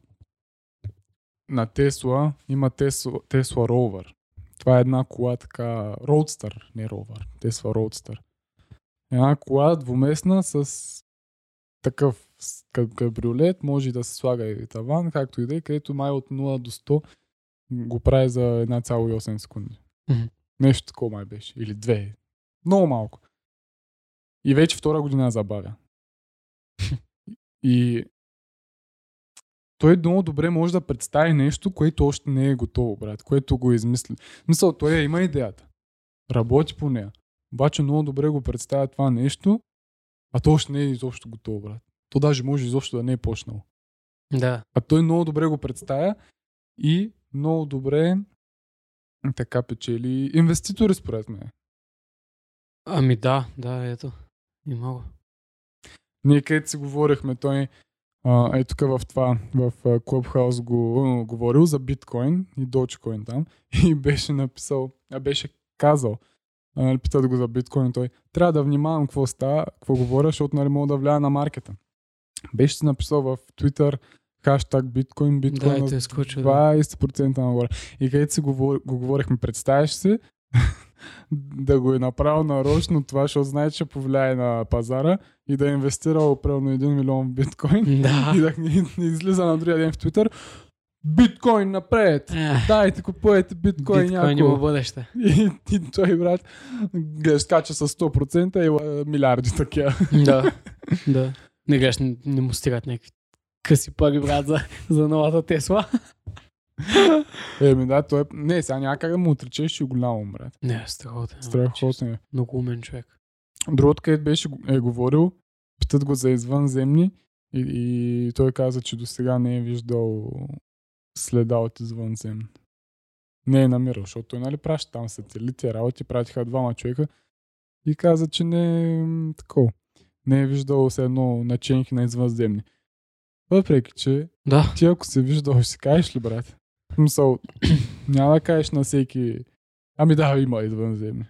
на Тесла има Тесла, Тесла Rover. Това е една кола така, Roadster, не Rover, Тесла Roadster. Една кола двуместна с такъв с- каб- кабриолет, може да се слага и таван, както и да е, където май от 0 до 100 го прави за 1,8 секунди.
Мгм.
Нещо такова май беше. Или две. Много малко. И вече втора година я забавя. (laughs) И той много добре може да представи нещо, което още не е готово, брат, което го е измисли. Мисъл, той я има идеята. Работи по нея. Обаче много добре го представя това нещо, а то още не е изобщо готово, брат. То даже може изобщо да не е почнало.
Да.
А той много добре го представя и много добре така печели инвеститори, според мен.
Ами да, да, ето. Има го.
Ние където си говорихме, той а, е тук в това, в а, Clubhouse го а, (laughs) говорил за биткоин и Dogecoin там и беше написал, а беше казал, А, нали, питат го за биткоин и той. Трябва да внимавам какво става, какво говоря, защото нали, мога да влияя на маркета. Беше си написал в Twitter хаштаг биткоин, биткоин
Да, и
на
те изключва. Да.
20% нагоре. И където си го, говор- го говорихме, представяш си да го е направил нарочно това, защото знае, че повлияе на пазара и да е инвестирал примерно 1 милион в биткоин
(laughs)
и (laughs)
да.
да ни, ни излиза на другия ден в Твитър Биткоин напред!
Е,
Дайте, купувайте биткоин,
Биткоин
някой.
има бъдеще.
(laughs) И, и той, брат, гледаш, скача с 100% и а, милиарди такива. (laughs)
да. да. Не гледаш, не, не му стигат някакви къси пари, брат, за, за новата Тесла.
Еми да, той е... Не, сега няма как да му отречеш, че е голям, брат.
Не, страхотен.
Страхотно е.
Много умен човек.
Другото, където беше го- е говорил, питат го за извънземни и, и той каза, че до сега не е виждал следа от извънземни. Не е намирал, защото той нали праща там сателити, работи, пратиха двама човека и каза, че не е м, такова. Не е виждал все едно наченки на извънземни. Въпреки, че
Да.
ти ако се виждал, ще си кажеш ли, брат? В Смисъл, (clears throat) няма да кажеш на всеки, ами да, има извънземни.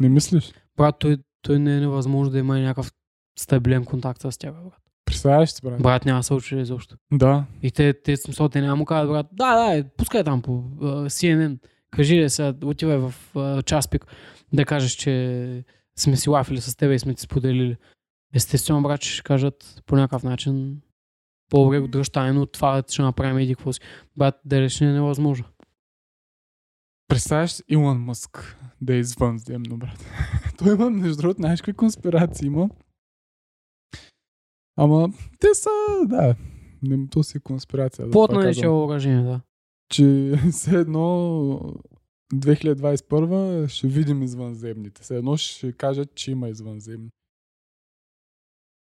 Не мислиш?
Брат, той, той не е невъзможно да има и някакъв стабилен контакт с тях, брат.
Представяш си, брат?
Брат, няма да се учи изобщо.
Да,
И те, те смисъл, те няма му казват, брат, да, да, е, пускай там по uh, CNN. Кажи ли сега, отивай в uh, Часпик да кажеш, че сме си лафили с тебе и сме ти споделили. Естествено, брат, ще кажат по някакъв начин по-добре го дръж тайно, това е, ще направим еди какво си. Брат, да реши не е невъзможно.
Представяш си Илон Мъск да е извънземно, брат. (laughs) Той има, между другото, знаеш какви конспирации има. Ама те са, да, не, то си е конспирация. за
Плотно
това
е, че е
казвам.
въоръжение, да.
че (laughs) все едно 2021 ще видим извънземните. Все едно ще кажат, че има извънземни.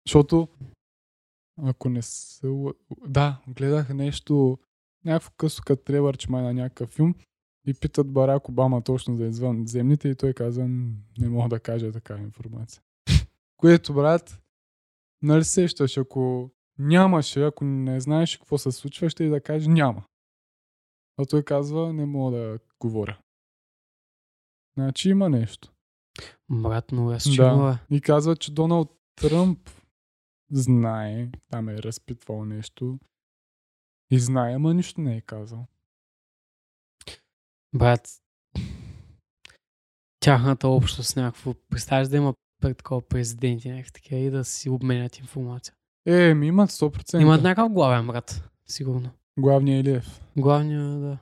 Защото, ако не са... лъ- Да, гледах нещо, някакво късо като тревър, че май на някакъв филм и питат Барак Обама точно за извънземните и той каза, «М, не мога да кажа такава информация. (laughs) Което, брат, нали сещаш, ако нямаше, ако не знаеш какво се случва, ще и да кажеш няма. А той казва, не мога да говоря. Значи има нещо.
Брат, но аз че
Да.
да.
И казва, че Доналд Тръмп знае, там е разпитвал нещо. И знае, ама нищо не е казал.
Брат, тяхната общност с някакво, представяш да има пр- такова президенти някакви такива и да си обменят информация.
Е, ми имат 100%.
Имат някакъв главен брат, сигурно.
Главният е лев.
Главния, да.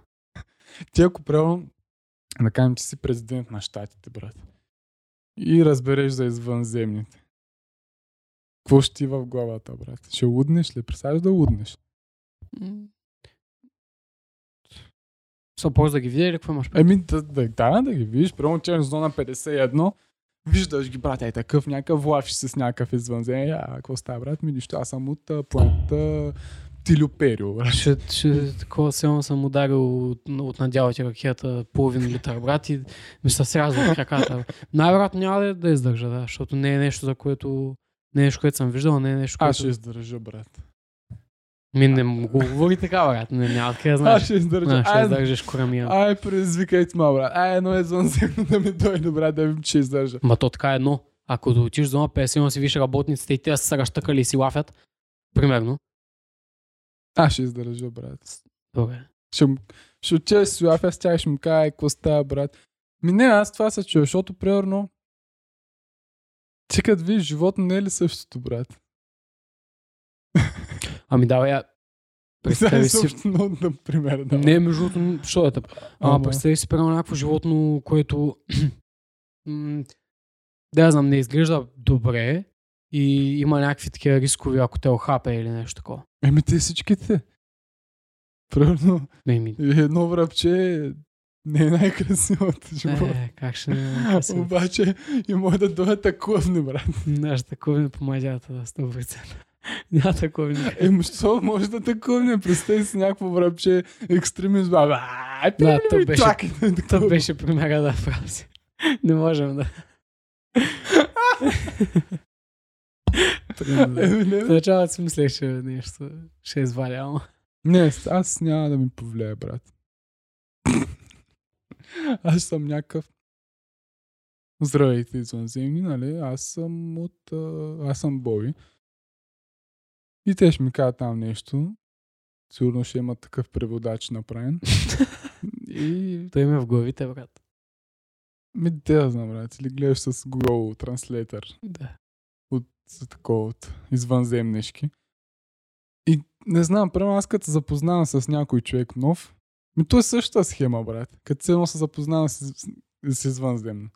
Ти ако правилно, да кажем, че си президент на щатите, брат. И разбереш за извънземните. Какво ще ти в главата, брат? Ще луднеш ли? Представяш да луднеш?
М. Са просто да ги видя или какво имаш? предвид?
Еми, Ами, да, да, да, да ги видиш. Прямо челен зона 51. Виждаш ги, брат, е такъв някакъв лафиш с някакъв извънземен. Е, А, какво става, брат? Ми нищо, аз съм от а, планета Тилюперио, брат.
Ще, ще такова силно съм ударил от, от надялата ракета половин литър, брат, и ми се срязва краката. Най-вероятно няма да, да издържа, да, защото не е нещо, за което не е нещо, което съм виждал, не е нещо, което...
Аз ще издържа, брат.
Ми не му го говори така, брат, не, няма откъде да
Аз
знаеш.
ще издържа.
Не, ще
Ай,
издържаш корамия.
Ай, предизвикайте ма, брат. Ай, едно извънземно да ми дойде, брат, да видим, че издържа.
Ма то така е едно. Ако да отиш в зона 51 си виж работниците и те са се разтъкали и си лафят, примерно.
Аз ще издържа, брат.
Добре.
Ще, му- ще отида с Йоафя, с тях и ще му кажа, какво става, брат. Ми не, аз това се чуя, защото, примерно, ти като видиш животно, не е ли същото, брат?
Ами давай, я...
Представи
представи си
Също (laughs) много на пример. Да.
Не, между другото, що е тъп. А,
Ама.
представи си, примерно, някакво животно, което... (clears throat) м, да, я знам, не изглежда добре и има някакви такива рискови, ако те охапе или нещо такова.
Еми те всичките. Примерно,
Не ми...
едно връбче не е най-красивото животно.
Е, как ще не...
Обаче и може да дойдат таковни, брат.
Нашата таковина по мадята, да, 100%. (laughs) Няма таковина.
Е, що може да таковне? Представи си някакво връбче екстремист. Баба, ай,
Да, то
пи,
беше-
чакай.
Това беше примера да фрази. Не можем да. Трудно, да.
Еми,
В
не,
началото си мислех, че нещо ще изваля, ама
не, аз няма да ми повлияе, брат. (laughs) Аз съм някакъв. Здравейте, извънземни, нали? Аз съм от... а, Аз съм Боби. И те ще ми кажат там нещо. Сигурно ще има такъв преводач направен. И...
Той ми е в главите, брат.
Ми, те да знам, брат. Или гледаш с Google Translator.
Да.
за такова от извънземнешки. И не знам, прямо аз като се запознавам с някой човек нов, ми то е същата схема, брат. Като се едно се запознавам с, с, с извънземно.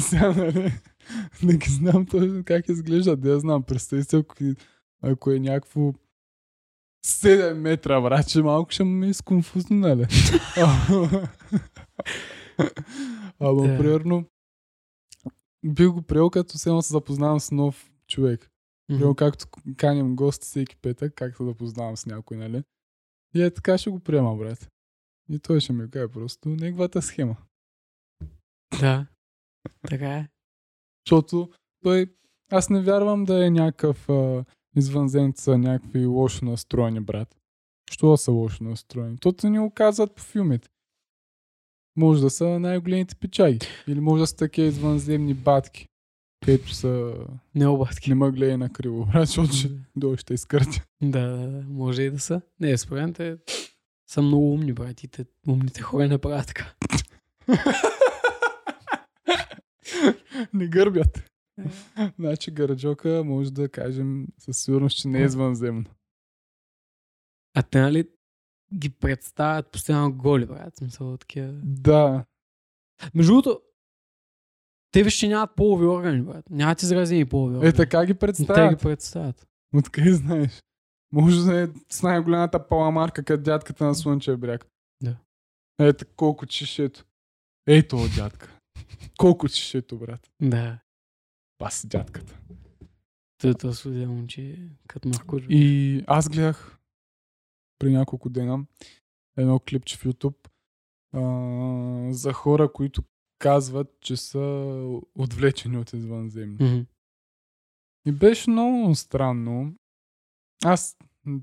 Сега, нали, не ги знам точно как изглежда, да я знам. Представи се, ако, ако е някакво 7 метра, брат, че малко ще ме е сконфузно, нали? Ама- Ама,
Да.
примерно, бих го приел, като се едно се запознавам с нов човек. Примерно, както каним гости всеки петък, както да познавам с някой, нали? И е така ще го приема, брат. И той ще ми каже просто неговата схема.
Да. Така е.
Защото той... Аз не вярвам да е някакъв а, извънземца, някакви лошо настроени, брат. Що да са лошо настроени? Тото ни го казват по филмите. Може да са най-големите печаги. Или може да са такива извънземни батки, където са...
Не обадки.
Не ма гледай на криво, брат, защото ще дойде ще изкъртя.
Да, да, да, може и да са. Не, според мен те са много умни, братите. Умните хора не правят така.
Не гърбят. значи Гараджока може да кажем със сигурност, че не е извънземно.
А те, нали, ги представят постоянно голи, брат. В Смисъл, такива.
Да.
Между другото, те виж, че нямат полови органи, брат. Нямат изразени полови органи.
Е, така ги
Но Те ги
представят.
представят.
Откъде знаеш? Може да е с най-голямата паламарка, като дядката на Слънчев бряг.
Да.
Ето колко чешето. Ето, о, дядка. Колко чешето, брат.
Да.
Паси дядката.
Той то студия момче, като Маркуш. И...
И аз гледах при няколко дена едно клипче в YouTube а, за хора, които казват, че са отвлечени от извънземни. И беше много странно. Аз...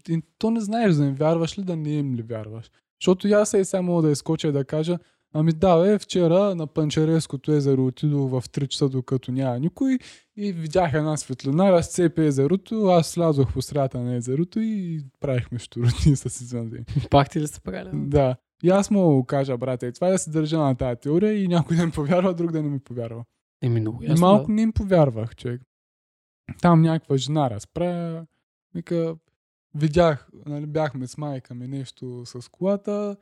И то не знаеш да им вярваш ли, да не им ли вярваш. Защото и аз и сега мога да изкоча и да кажа, ами да, бе, вчера на Панчереското езеро отидох в 3 часа, докато няма никой и видях една светлина, разцепи езерото, аз слязох по средата на езерото и правихме штуротни с извънземни.
Пак ти ли сте правили?
Да. И аз мога да го кажа, брате, това е да се държа на тази теория и някой да ми повярва, друг да не ми повярва.
Еми, много
И
ясно.
малко
Малко...
не им повярвах, човек. Там някаква жена разправя, вика, видях, нали, бяхме с майка ми нещо с колата,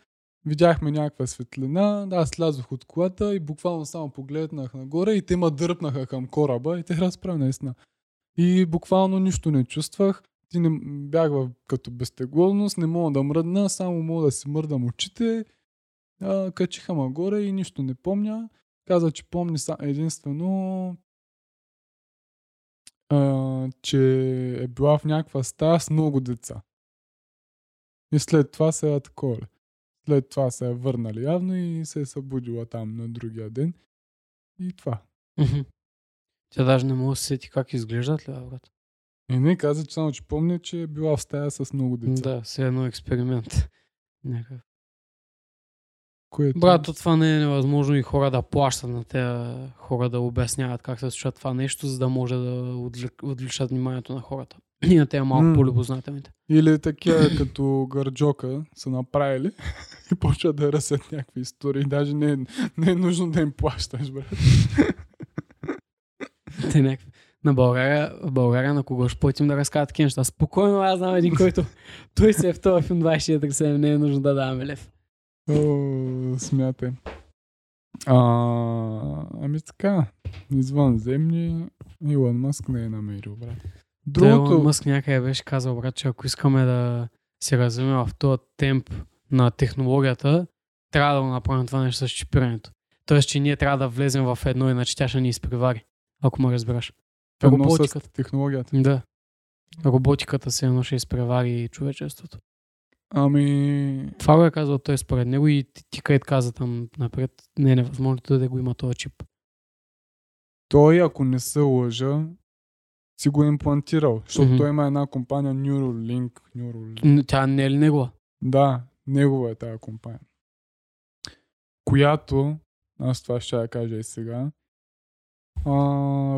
видяхме някаква светлина, да, аз слязох от колата и буквално само погледнах нагоре и те ма дърпнаха към кораба и те разправя наистина. И буквално нищо не чувствах, ти не, бях в, като безтегловност, не мога да мръдна, само мога да си мърдам очите, а, качиха ма горе и нищо не помня. Каза, че помни са- единствено, а, че е била в някаква стая с много деца. И след това се е атакували. След това се е върнали явно и се е събудила там на другия ден. И това.
Тя даже не може да се сети как изглеждат ли, бе, брат.
И не каза, че само, че помня, че е била в стая с много деца.
Да, все едно експеримент. (laughs) Някакъв.
Което...
Брат, то това не е невъзможно и хора да плащат на тези хора да обясняват как се случва това нещо, за да може да отли- отличат вниманието на хората. (clears throat) И на тези малко
М.
по-любознателните.
Или такива е, като Гърджока са направили (laughs) и почват да ръсят някакви истории. Даже не е, не е нужно да им плащаш, брат.
(laughs) Те някакви. На България, в България на кого ще платим да разказват такива неща. Спокойно, аз знам един,
(laughs)
който той се е в този филм 24-7, не е нужно да даваме лев.
О, смятай. А, ами така, извънземни Илон Мъск не е намерил, брат.
Другото... Елон
Другото,
Мъск някъде беше казал, брат, че ако искаме да се развиваме в този темп на технологията, трябва да го направим това нещо с чипирането. Тоест, че ние трябва да влезем в едно, иначе тя ще ни изпревари, ако ме разбираш.
едно с
роботиката.
технологията.
Да. Роботиката се едно ще изпревари човечеството.
Ами,
Това го е казал той според него и ти, ти където каза там напред, не е невъзможно да да го има този чип.
той, ако не се лъжа, си го имплантирал, защото
Мгм.
той има една компания Neuralink. Neuralink.
Н- Тя не е ли негова?
Да, негова е тази компания. която, аз това ще я кажа и сега, а,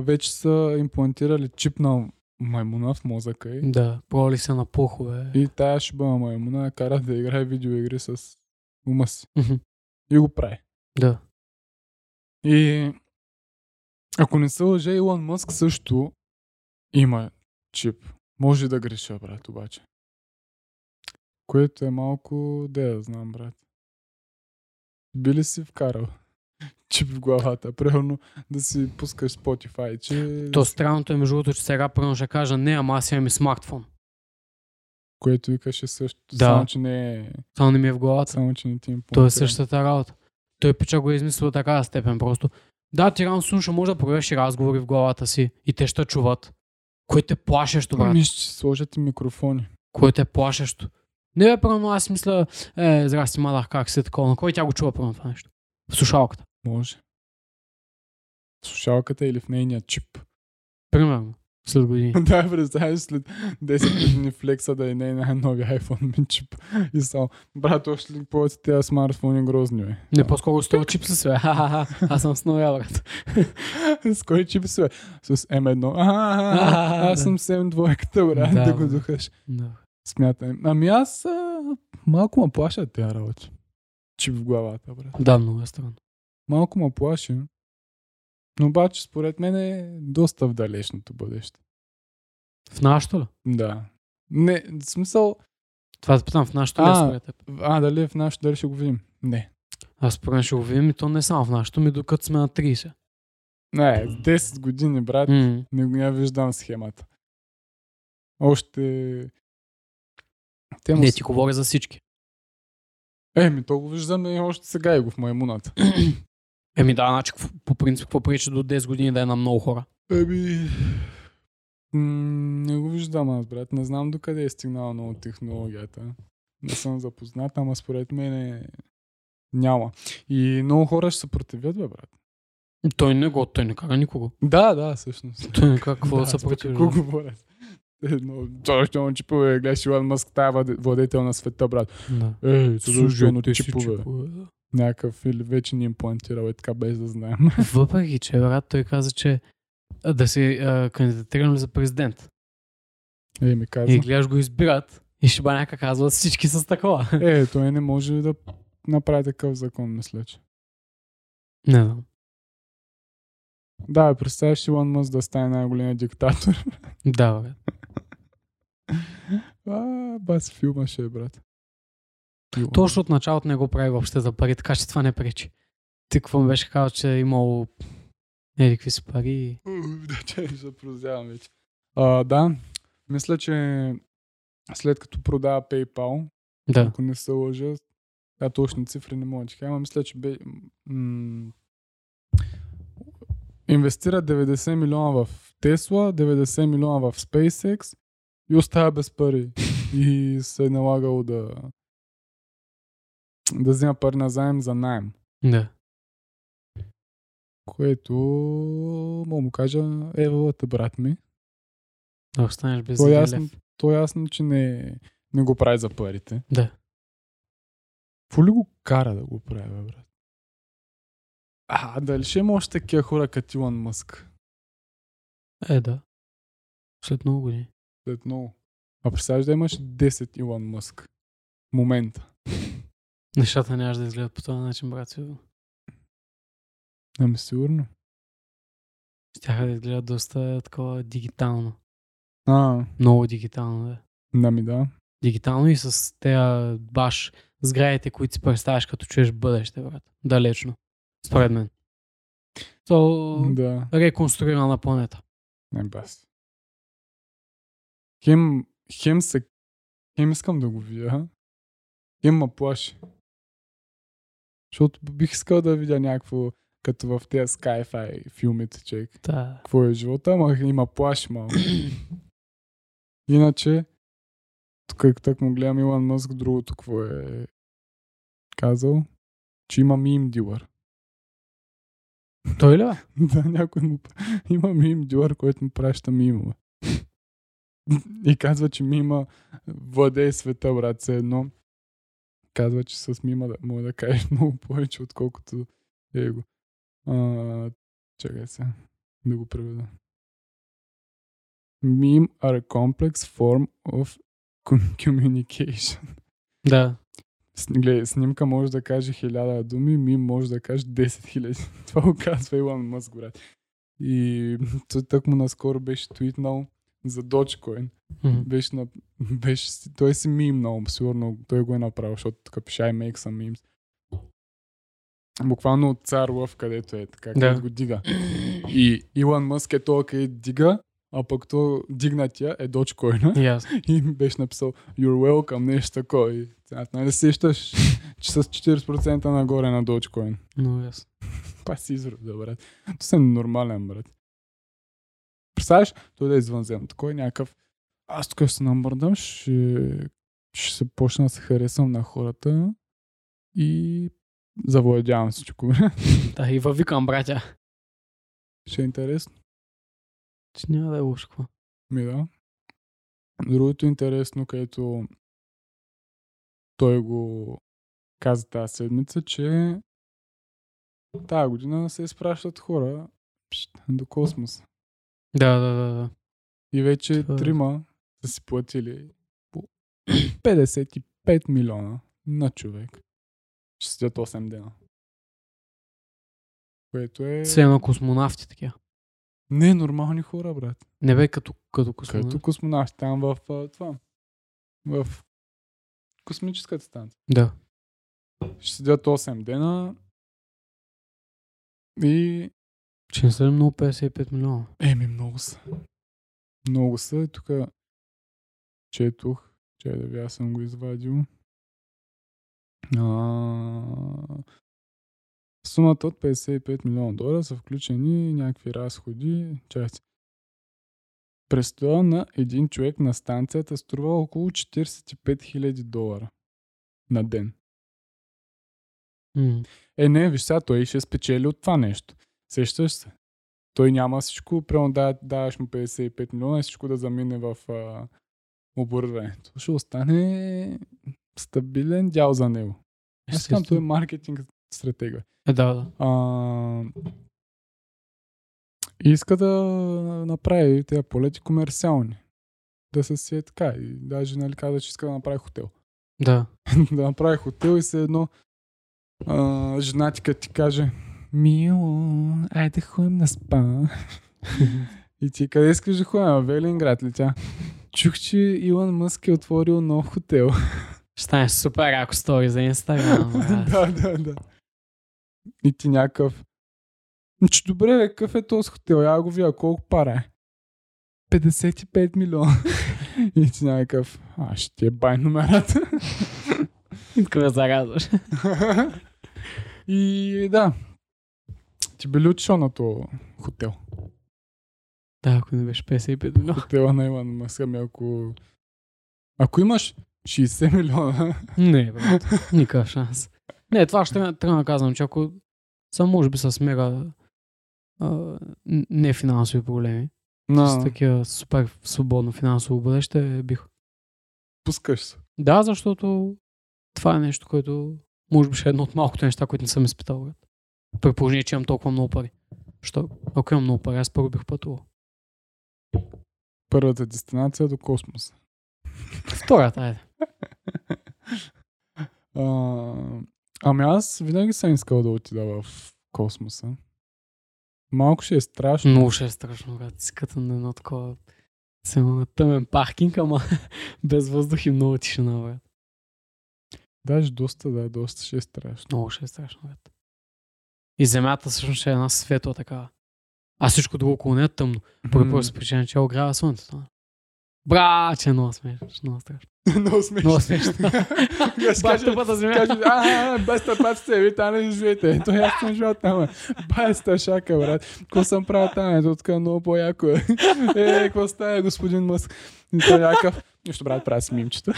вече са имплантирали чип на маймуна в мозъка й.
Да, проли се на пухове.
И тая шиба на маймуна я кара да играе видеоигри с ума си.
Мгм.
И го прави.
Да.
И ако не се лъжа, Илон Мъск също има чип. Може да греша, брат, обаче. Което е малко, да я знам, брат. Би ли си вкарал (laughs) чип в главата? Примерно да си пускаш Spotify, че...
То странното е между другото, че сега първо ще кажа, не, ама аз имам и смартфон.
Което викаше също.
Да.
Само, че не е...
Това не ми е в главата.
Само, че не ти им
То е
помага.
същата работа. Той пича го е измислил до такава степен просто. Да, ти рано слуша, може да проведеш и разговори в главата си и те ще чуват. Което е плашещо, брат.
Ами ще сложат и микрофони.
Което е плашещо. Не бе, първо, аз си мисля, е, здрасти, малах, как си такова. На кой тя го чува първо това нещо? В слушалката.
Може. В слушалката или в нейния чип.
Примерно. След (laughs) години.
(laughs) Да, представяш след 10 години флекса да е не най-новия iPhone (laughs) ми чип. И само, брат, още ли повече тези смартфони грозни, бе. (laughs)
Не, по-скоро с този чип (laughs) се Аз съм с новия, брат.
С кой чип си, бе? С M1. А,
А,
аз
да.
съм с M2, брат,
Да,
да го
бе.
духаш.
Да.
Смятай. Ами аз а, малко ме плашат тези работи. Чип в главата, брат.
да, много е странно.
Малко ме плаши. Но обаче, според мен е доста в далечното бъдеще.
В нашото ли?
Да. Не, в смисъл,
Това те питам в нашото ли е
А.
според теб?
а дали е в нашото, дали ще го видим? Не.
Аз според мен ще го видим и то не само в нашото, ми докато сме на 30.
Не, с 10 години, брат, mm.
М.
не го я виждам схемата. Още... Те му...
Не,
с-
ти говоря за всички. (clears throat)
Е, ми то го виждаме и още сега и го в маймуната.
Еми да, значи какво- по принцип какво пречи до 10 години да е на много хора?
Еми... м, Не го виждам аз, брат. Не знам докъде е стигнала много технологията. Не съм запознат, ама според мен е... няма. И много хора ще се противят, бе, брат.
Той не го, той не кара никого.
Да, да,
(laughs)
всъщност.
Той не кара какво да,
да,
се нали?
за
противи.
Какво говоря? Едно, точно му чипове, гледаш Илон Мъск, тая владе- владетел на света, брат.
Да. Слушай,
Е, задължително
те си
чипове.
чипове, да.
Някакъв или вече ни имплантирал е така без да знаем. (laughs)
Въпреки, че брат, той каза, че а, да се а, кандидатирам ли за президент.
Е, ми каза.
И гледаш го избират. И ще ба някак казват всички с такова.
Е, той не може да направи такъв закон, мисля, че.
Не знам.
Да, бе, представяш Илон Мъс да стане най-големия диктатор. (laughs)
Да, бе.
А, бас филма ще е, брат. Илон.
Точно от началото не го прави въобще за пари, така че това не пречи. Ти какво ми беше казал, че е имало еди какви си пари?
Ух, Да, че (laughs) ще прозявам вече. А, да, мисля, че след като продава PayPal,
Да.
ако не се лъжа, а точни цифри не мога да ти кажа, ама мисля, че бе, м- инвестира 90 милиона в Тесла, 90 милиона в SpaceX и остава без пари. И се е налагало да да взема пари на заем за найем.
Да.
Което, мога му кажа, евалата, брат ми.
Да останеш без
То е
един
ясно,
лев.
то е ясно че не, не го прави за парите.
Да.
Какво ли го кара да го прави, бе, брат? А, дали ще има още такива хора като Илон Мъск?
Е, да. След много години.
След е много. А представяш да имаш 10 Илон Мъск. В Момента.
Нещата нямаш да изгледат по този начин, брат. сигурно.
Ами сигурно.
Щяха да изгледат доста такова дигитално.
А,
Много дигитално, да.
нами да.
Дигитално и с тези баш сградите, които си представяш като чуеш бъдеще, брат. Далечно. Според мен. То
Да.
реконструирана планета.
Не бас. Хем, хем се... Хем искам да го видя. Хем ма плаши. Защото бих искал да видя някакво като в тези sci-fi филмите, човек.
Да.
какво е живота, ама има плаш малко. Иначе, тук так му гледам Илон Мъск, другото какво е казал, че има мим дилър.
Той ли е? бе?
(laughs) да, някой му пра- има мим дилър, който му праща мимове. (laughs) И казва, че мима владее света, брат, все едно. казва, че с мима да, може да кажеш (laughs) много повече, отколкото е его. А, чакай сега, да го преведа. Meme are a complex form of communication.
Да.
С- Гледай, снимка може да каже хиляда думи, мим може да каже 10 хиляди. (laughs) Това го казва Илон Мъск, брат. И той так му наскоро беше твитнал за Dogecoin.
Мгм.
Беше, на... беше... си- Той си мимнал, сигурно той го е направил, защото така пише I make some memes. Буквално от цар лъв, където е, така
Да.
да. го дига. И Илон Мъск е той, където дига, а пък то дигнатия е Dogecoin.
Ясно.
И ми беше написал You're welcome, нещо такова. И цената, нали се сещаш, че с 40% нагоре на Dogecoin.
Много ясно.
Па си изрода, брат. То съм нормален, брат. Представяш, той да е извънземно. Такой е някакъв. Аз тук ще се намърдам, ще, ще се почна да се харесвам на хората и завладявам всичко. (laughs) брат.
Да, и във викам, братя.
ще е интересно.
Че няма да е лошо. какво.
Ми да. Другото интересно, където той го каза тази седмица, че тази година се изпращат хора пшт, до космоса.
Да, да, да. да.
И вече
Това е.
трима са си платили по (clears throat) 55 милиона на човек. Ще седят 8 дена. Което е...
Все едно космонавти такива.
Не нормални хора, брат.
Не бе като, като космонавт.
Като космонавт, там в а, това. В космическата станция.
Да.
Ще седят 8 дена. И.
Че не са ли много 55 милиона?
Еми, много са. Много са. И тук четох, че да ви аз съм го извадил. А... в Сумата от 55 милиона долара са включени някакви разходи. Части. Престоя на един човек на станцията струва около 45 000 долара на ден.
М.
Е, не, виж сега, той ще спечели от това нещо. Сещаш се? Той няма всичко, прямо да, даваш му 55 милиона и всичко да замине в а, оборудването. Ще остане стабилен дял за него. Аз казвам, той е
Естествено.
маркетинг стратега.
Е, да, да.
А, и иска да направи тези полети комерциални. Да са си е така. И даже нали, каза, че иска да направи хотел
Да.
да направи хотел и се едно а, женатика ти каже Мило, айде ходим на спа. и ти е, къде искаш да ходим? В Велинград ли тя? Чух, че Илон Мъск е отворил нов хотел.
Ще стане супер ако стори за (laughs) Инстаграм. бе.
(laughs) да, да, да. И ти някакъв «М, че добре, бе, какъв е този хотел? Я го вия, колко пара е? 55 милиона. и ти някакъв, а ще ти е бай номерата.
И Така да зарадваш.
И да. Ти би ли отишъл на то хотел?
Да, ако не беше 55 милиона.
Хотела на Илон Мъск, ами ако... Ако имаш 60 милиона,
Не, брат. Никакъв шанс. Не, това ще трябва- трябва да казвам, че ако съм може би с мега а, н- не финансови проблеми, с
на...
такива супер свободно финансово бъдеще бих.
пускаш се.
Да, защото това е нещо, което може би ще е едно от малкото неща, които не съм изпитал. Брат. При положение, че имам толкова много пари. Що? Ако имам много пари, аз първо бих пътувал.
Първата дестинация до космоса.
Втората, е, айде.
А... Ами аз винаги съм искал да отида в космоса. Малко ще е страшно.
Много ще е страшно, брат. Си като на едно такова... Само на тъмен паркинг, ама (laughs) без въздух и много тишина, брат.
Даже доста, да, доста ще е страшно.
Много ще е страшно, брат. И земята всъщност ще е една светла такава. А всичко друго около нея е тъмно. Поради просто причина, че я ограва слънцето. нали? Бра, че е много смешно. Много страшно.
(laughs) Много смешно.
Много смешно. Баш тъпата земя.
Кажа, а, а, баста, баста, ви там не живеете. Ето, аз съм живял там. Баста, шака, брат. Какво съм правил там? Ето, тук е много по-яко. е. Е, какво става, господин Мъск? И той е някакъв. Нищо, брат, правя си мимчета.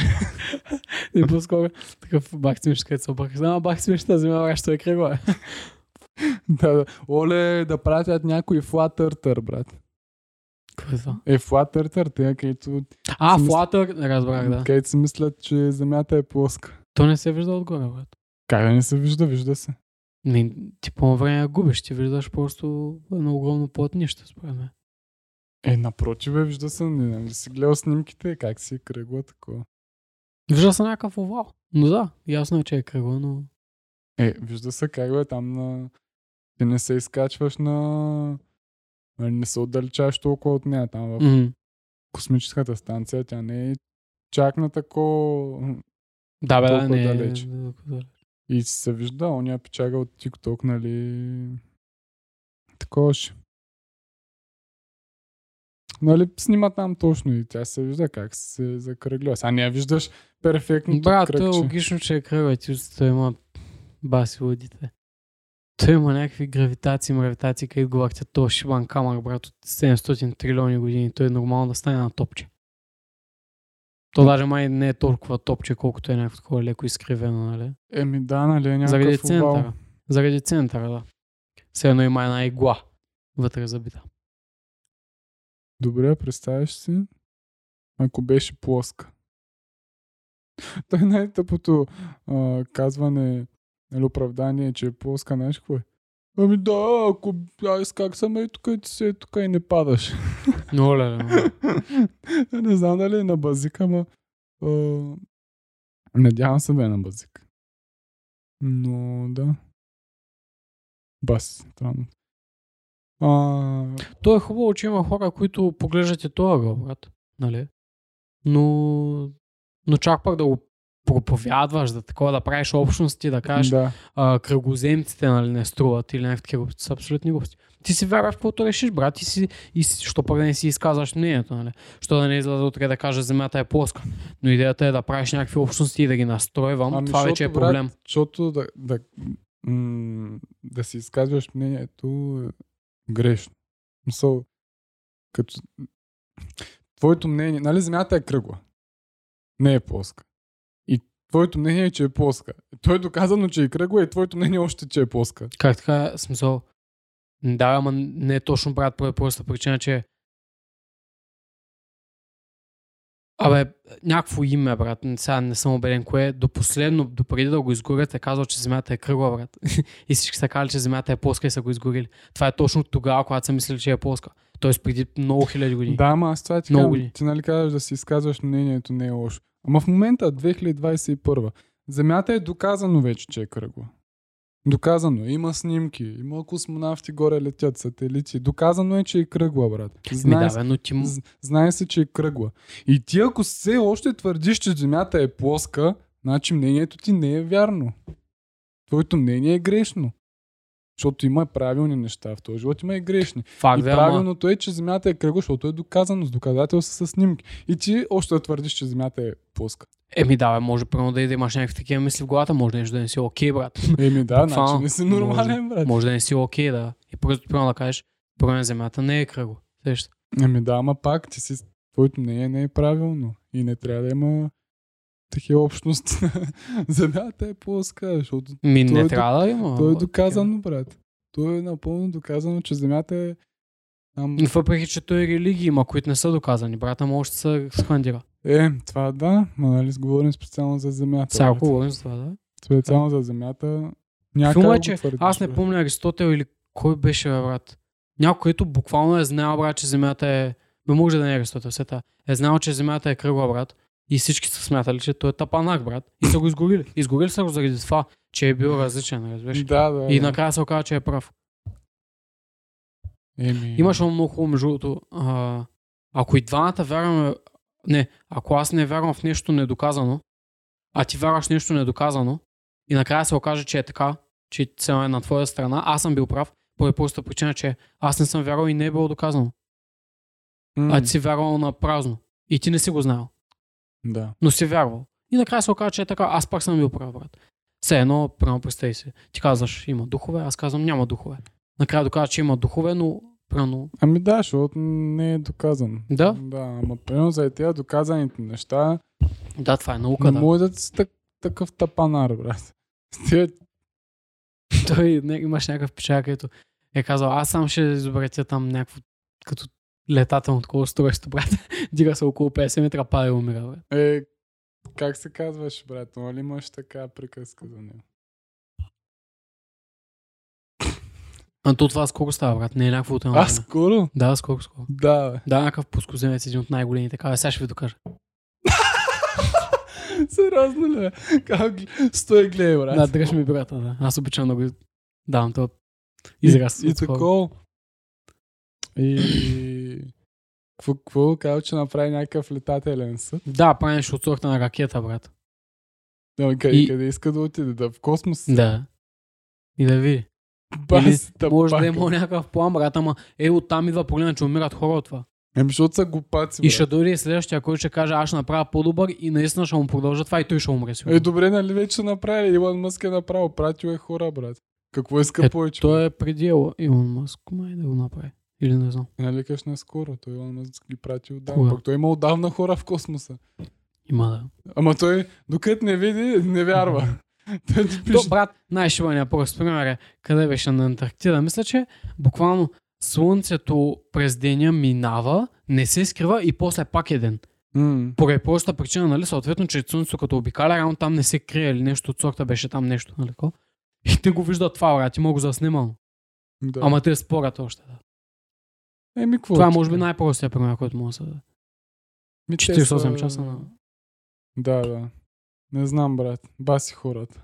И по-скоро такъв бах смеш, където се обърках. Ама бах смеш, тази земя, брат, ще е кръгла.
да, да. Оле, да пратят някой флатъртър, брат.
Какво е това?
Е, флатъртър, те, където,
А,
Смисъл-
флатър, разбрах, да.
където си мислят, че земята е плоска.
То не се вижда отгоре, брат.
Как да не се вижда? Вижда се.
Не, ти по време я губиш, ти виждаш просто едно огромно плътнище, според мен.
Е, напротив, бе, вижда се. Не, нали си гледал снимките, как си е кръгло такова.
Вижда се някакъв овал. Но да, ясно е, че е кръгло, но...
Е, вижда се как бе там на... Ти не се изкачваш на... Нали, не се отдалечаваш толкова от нея. Там в
Mm.
космическата станция тя не е чак на тако...
Да, бе, да,
Толкова
не е...
далеч.
да, да, да.
И се вижда, оня печага от TikTok, нали... Такова ще. Нали, снима там точно и тя се вижда как се закръгля. Сега не я виждаш перфектно
Брат, то е
кръгче.
логично, че е кръгло, и ти той има баси лудите. Той има някакви гравитации, гравитации, където говорихте, то шибан камък, брат, от 700 трилиони години. Той е нормално да стане на топче. То даже май не е толкова топче, колкото е някакво такова леко изкривено, нали?
Еми да, нали, е
Заради
някакъв овал.
центъра. Заради центъра, да. Все едно има една игла вътре забита.
Добре, представяш си, ако беше плоска. Той (laughs) най-тъпото а, казване или оправдание, че е плоска, знаеш какво е? Ами да, ако аз как съм е тук и ти се е тук и не падаш.
Но, оле, ле, ма.
(laughs) не знам дали е на базик, ама а, надявам се да е на базик. Но да. Бас, странно. А,
(laughs) То е хубаво, че има хора, които поглеждат и този ъгъл, брат. Нали? Но, но чак пък да го проповядваш, да такова, да правиш общности, да кажеш да.
да.
А, кръгоземците нали, не струват или някакви такива глупости, са абсолютни глупости. Ти си вярваш в каквото решиш, брат, и си, и си, що пък да не си изказваш мнението, нали? Що да не изляза утре да кажа земята е плоска. Но идеята е да правиш някакви общности и да ги настройвам.
Ами,
това вече е
защото, брат,
проблем.
Защото да, да, м- да си изказваш мнението е грешно. Мисъл, като... Твоето мнение... Нали Земята е кръгла? Не е плоска. И твоето мнение е, че е плоска. То е доказано, че е кръгла и твоето мнение още, че е плоска.
Как така, смисъл? Да, ама не е точно брат по проста причина, че Абе, някакво име, брат, н- сега не съм убеден кое е. До последно, до преди да го изгорят, е казал, че земята е кръгла, брат. (laughs) и всички са казали, че земята е плоска и са го изгорили. Това е точно тогава, когато са мислили, че е плоска. Тоест преди много хиляди години.
Да, ама аз това ти
Много
казвам.
години.
Ти нали казваш да си изказваш мнението, не е лошо. Ама в момента, 2021, Земята е доказано вече, че е кръгла. Доказано. е. Има снимки, има космонавти горе летят, сателити. Доказано е, че е кръгла, брат.
Ми,
Знае,
да,
се-
бе, но ти... м-
з- знае се, че е кръгла. И ти ако все още твърдиш, че Земята е плоска, значи мнението ти не е вярно. Твоето мнение е грешно. Защото има правилни неща в този живот, има и грешни.
Факт,
И
да, ама...
правилното е, че Земята е кръгла, защото е доказано с доказателства с снимки. И ти още да твърдиш, че Земята е плоска. (laughs)
Еми, да, бе, може първо да и да имаш някакви такива мисли в главата, може нещо да не си окей, брат.
Еми да,
Буквално.
значи не си нормален, брат.
Може да не си окей, да. И просто прямо да кажеш, първо земята не е кръгла. Сещаш?
Еми да, ама пак ти си, твоето мнение не е правилно. И не трябва да има такива общности. (laughs) Земята е плоска, защото
Ми
Той е
не
до-
трябва да има.
то е
такива.
доказано, брат. То е напълно доказано, че Земята е там...
Но Въпреки, че той религии има, които не са доказани. Брата му още се скандира.
Е, това да, ма нали с- говорим специално за Земята.
Сега
брат.
ако говорим за това, да.
Специално за Земята.
Филма
Някак
е, че аз не помня Аристотел или кой беше, бе, брат. Някой, който буквално е знаел, брат, че земята е... Бе, може да не е Аристотел, все та. Е знаел, че земята е кръгла, брат. И всички са смятали, че той е тапанак, брат. И са го изгорили. Изгорили са го заради това, че е бил различен, разбираш.
Да, да.
И
да.
накрая се оказа, че е прав.
Еми...
Имаше едно много хубаво, между другото. А, ако и двамата вярваме... Не, ако аз не вярвам в нещо недоказано, а ти вярваш в нещо недоказано, и накрая се окаже, че е така, че цена е на твоя страна, аз съм бил прав, по проста причина, че аз не съм вярвал и не е било доказано.
М,
А ти си вярвал на празно. И ти не си го знаел,
Да.
но си вярвал. И накрая се окаже, че е така, аз пак съм бил прав, брат. Все едно, прямо представи си. Ти казваш, има духове, аз казвам, няма духове. Накрая докажа, че има духове, но прямо...
Ами да, защото не е доказано.
Да,
Да, ама примерно за тези доказаните неща
да, това е наука,
не
да.
може да си так, такъв тапанар, брат. (laughs) С тия-
(laughs) той не, имаш някакъв печал, където е казал, аз сам ще изобретя там някакво като (laughs) летателно такова устройство, брат. Дига се около 50 метра, пада и умира, бе.
Е, Как се казваш, брат? Моля ли имаш така приказка за него?
А то това скоро става, брат. Не е някакво от едно
А,
време.
скоро?
Да, скоро, скоро.
Да, бе. (laughs)
Да, някакъв пускоземец, един от най-големите. Казва, сега ще ви докажа.
Сериозно ли, бе? Как... гл- Стой и гледай, брат.
Да, дръж ми брата, да. Аз обичам да го давам това израз.
И, и
от хора.
такова. И... Какво, какво казва, че направи някакъв летателен съд?
Да, правиш от сорта на ракета, брат.
Да, къде,
И-
къде иска да отиде? Да, в космос?
Да. И да види. Или
Бас, да
Може да
пака.
има някакъв план, брат, ама е, оттам идва проблема, че умират хора от това.
Еми, защото са
И
глупаци, брат.
ще дойде и следващия, който ще каже, аз ще направя по-добър и наистина ще му продължа това и той ще умре. Сигурно.
Е, добре, нали вече направили? Илон Мъск е направил, пратил е хора, брат. Какво иска
Е,
повече?
Той е преди Ел- Илон Мъск, май да го направи. Или не знам.
Нали каш наскоро, той Илон Мъск ги прати отдавна.
Кога?
Пък той има отдавна хора в космоса.
Има да.
Ама той, докато не види, не вярва. (laughs) той ти
То,
пише,
брат, най-шибания прост пример е къде беше на Антарктида. Мисля, че буквално слънцето през деня минава, не се скрива и после пак е ден.
М,
Поради проста причина, нали, съответно, че слънцето като обикаля, рано там не се крие или нещо от сорта беше там нещо, нали? такова. И те го виждат това, брат, и мога го заснимам.
да.
Ама те спорят още. Да.
Еми, какво?
Това е,
ти
може би
кажа?
най-простия пример, който мога да се даде.
Ми, те
48
са-
часа на...
Да, да. Не знам, брат. Баси хората.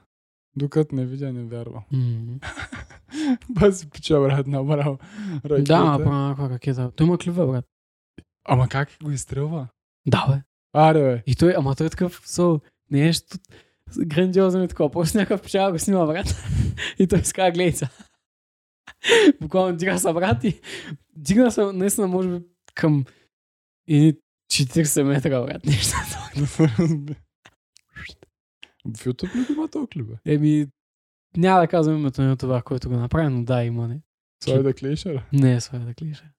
Докато не видя, не вярва. (laughs)
М.
Баси пича, брат, набрал ракета.
Да, ама правя някаква ракета. Той има клюва, брат.
Ама как го изстрелва?
Да, бе.
Аре, бе.
И той, ама той е такъв, е со, нещо грандиозно и е такова. Просто някакъв печал го снима, брат. (laughs) И той си казва, гледай сега. (laughs) Буквално дига се, брат, и дигна се, наистина, може би, към едни 40 метра, брат, (laughs) нещо.
Не се разби. В YouTube ли го има толкова, ли, бе?
Еми, няма да казвам името на това, който го направи, но да, има не.
Слой е да клейшер?
Не е своя да клише.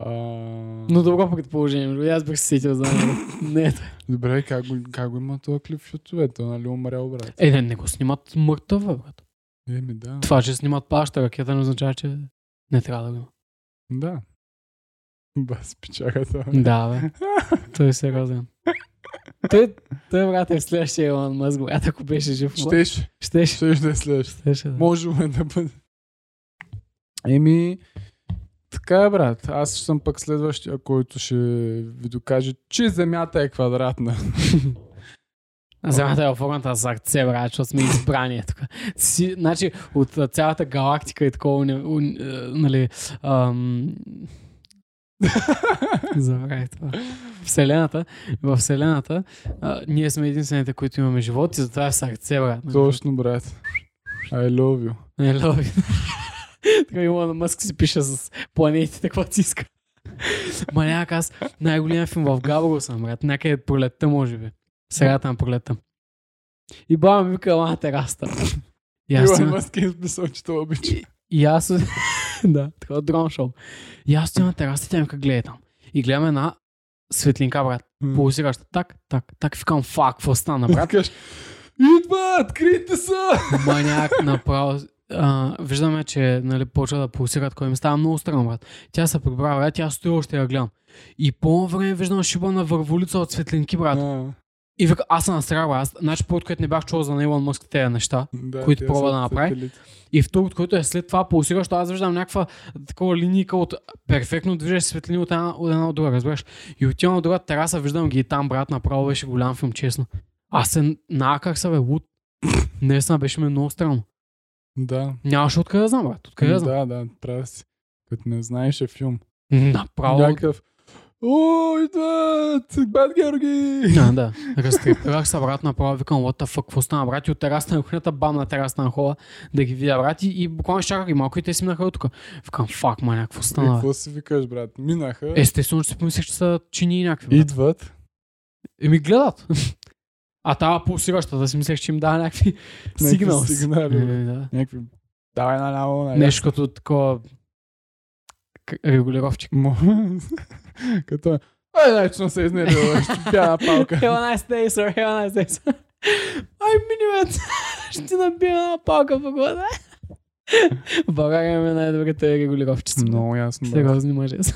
А...
Но добро предположение, аз бих се сетил за
(laughs)
него. Не е той.
Добре, как го, как го има този клип в YouTube? Ето, нали умрял, брат?
Е, не, не го снимат мъртъв, бе, брат.
Еми, да.
Това, че снимат паща ракета, не означава, че не трябва да го има.
Да. Бас пичагата.
Да, бе. Той е сериозен. Той, той брат, е следващия Елон Мъск, брат, ако беше жив. Ще...
Щеш,
Щеше.
щеш да е следващ.
Щеше. да.
Може ме да бъде. Еми, така е, брат. Аз ще съм пък следващия, който ще ви докаже, че Земята е квадратна.
А Земята е оформената за акце, брат, защото сме избрани е тук. Си, значи, от а, цялата галактика и такова, уни, уни, е, нали... Ам... (laughs) Забравих това. Вселената, в Вселената, а, ние сме единствените, които имаме живот и затова е с акце, брат.
Точно, брат. I love you.
Не, лови. (laughs) така Илон Мъск си пише с планетите, какво си иска. Ма някак аз най-голям филм в Габрово съм, брат. Някъде е пролетта, може би. Средата на пролетта. И баба ми вика, ама тераста. И аз
Илон
стоя-
Мъск е изписал, че това обича.
и аз... (laughs) да, такова дрон шоу. И аз стоя на тераста и тя ми вика, гледай там. И гледам една светлинка, брат.
М.
Пулсираща. Так, так, так. И Викам, фак, какво стана, брат?
Брат, кажеш, идва, открите са!
Маняк направо. А, виждаме, че нали, почва да пулсират, кой ми става много странно, брат. Тя се прибра, брат, и аз стоя още я гледам. И по време виждам шиба на върволица от светлинки, брат.
А,
И вика, аз съм настрял, брат. Аз- Значи, първото, което не бях чул за на Илон Мъск тези неща.
да,
Които
те
пробва
са
да направи?
сателити.
И второто, което е след това пулсиращо, аз виждам някаква такова линийка от перфектно движещи светлини от една, от една от друга, разбираш. И отивам на другата тераса, виждам ги и там, брат, направо беше голям филм, честно. Аз се наках се, бе, луд. Наистина беше ми много странно.
Да.
Нямаше откъде да знам, брат. Откъде да знам?
Да, да, трябва да си. Като не знаеш е филм.
Направо.
Някакъв. О, идват! Бат Георги!
(laughs) Да, да. Разтрепирах се, брат, направо викам, what the fuck, какво стана, брат? И от тераста на кухнята, бам на тераста на хола, да ги видя, брат. И, и буквално ще чаках и малко и те си минаха от тук. Викам, фак, маня, какво
И
стана, бе?
Е, какво е? си викаш, брат? Минаха.
Естествено, че Е, си помислих, че са чини и някакви. брат.
Идват.
И ми гледат. А тава пулсиращата си мислех, че им дава някакви сигнал.
Някакви сигнали. бе.
Да.
Някакви. Давай на наво, на
Нещо като такова к- регулировчик.
Мо- (laughs) Като е, Ай, дай, че не се изнервила, ще пя на палка.
Have a nice day, sir. Have a nice day, sir. Ай, минивец. (laughs) Ще ти набия една палка по глада. В България имаме най-добрите регулировчици.
Много ясно. брат.
Сериозни мъже. са.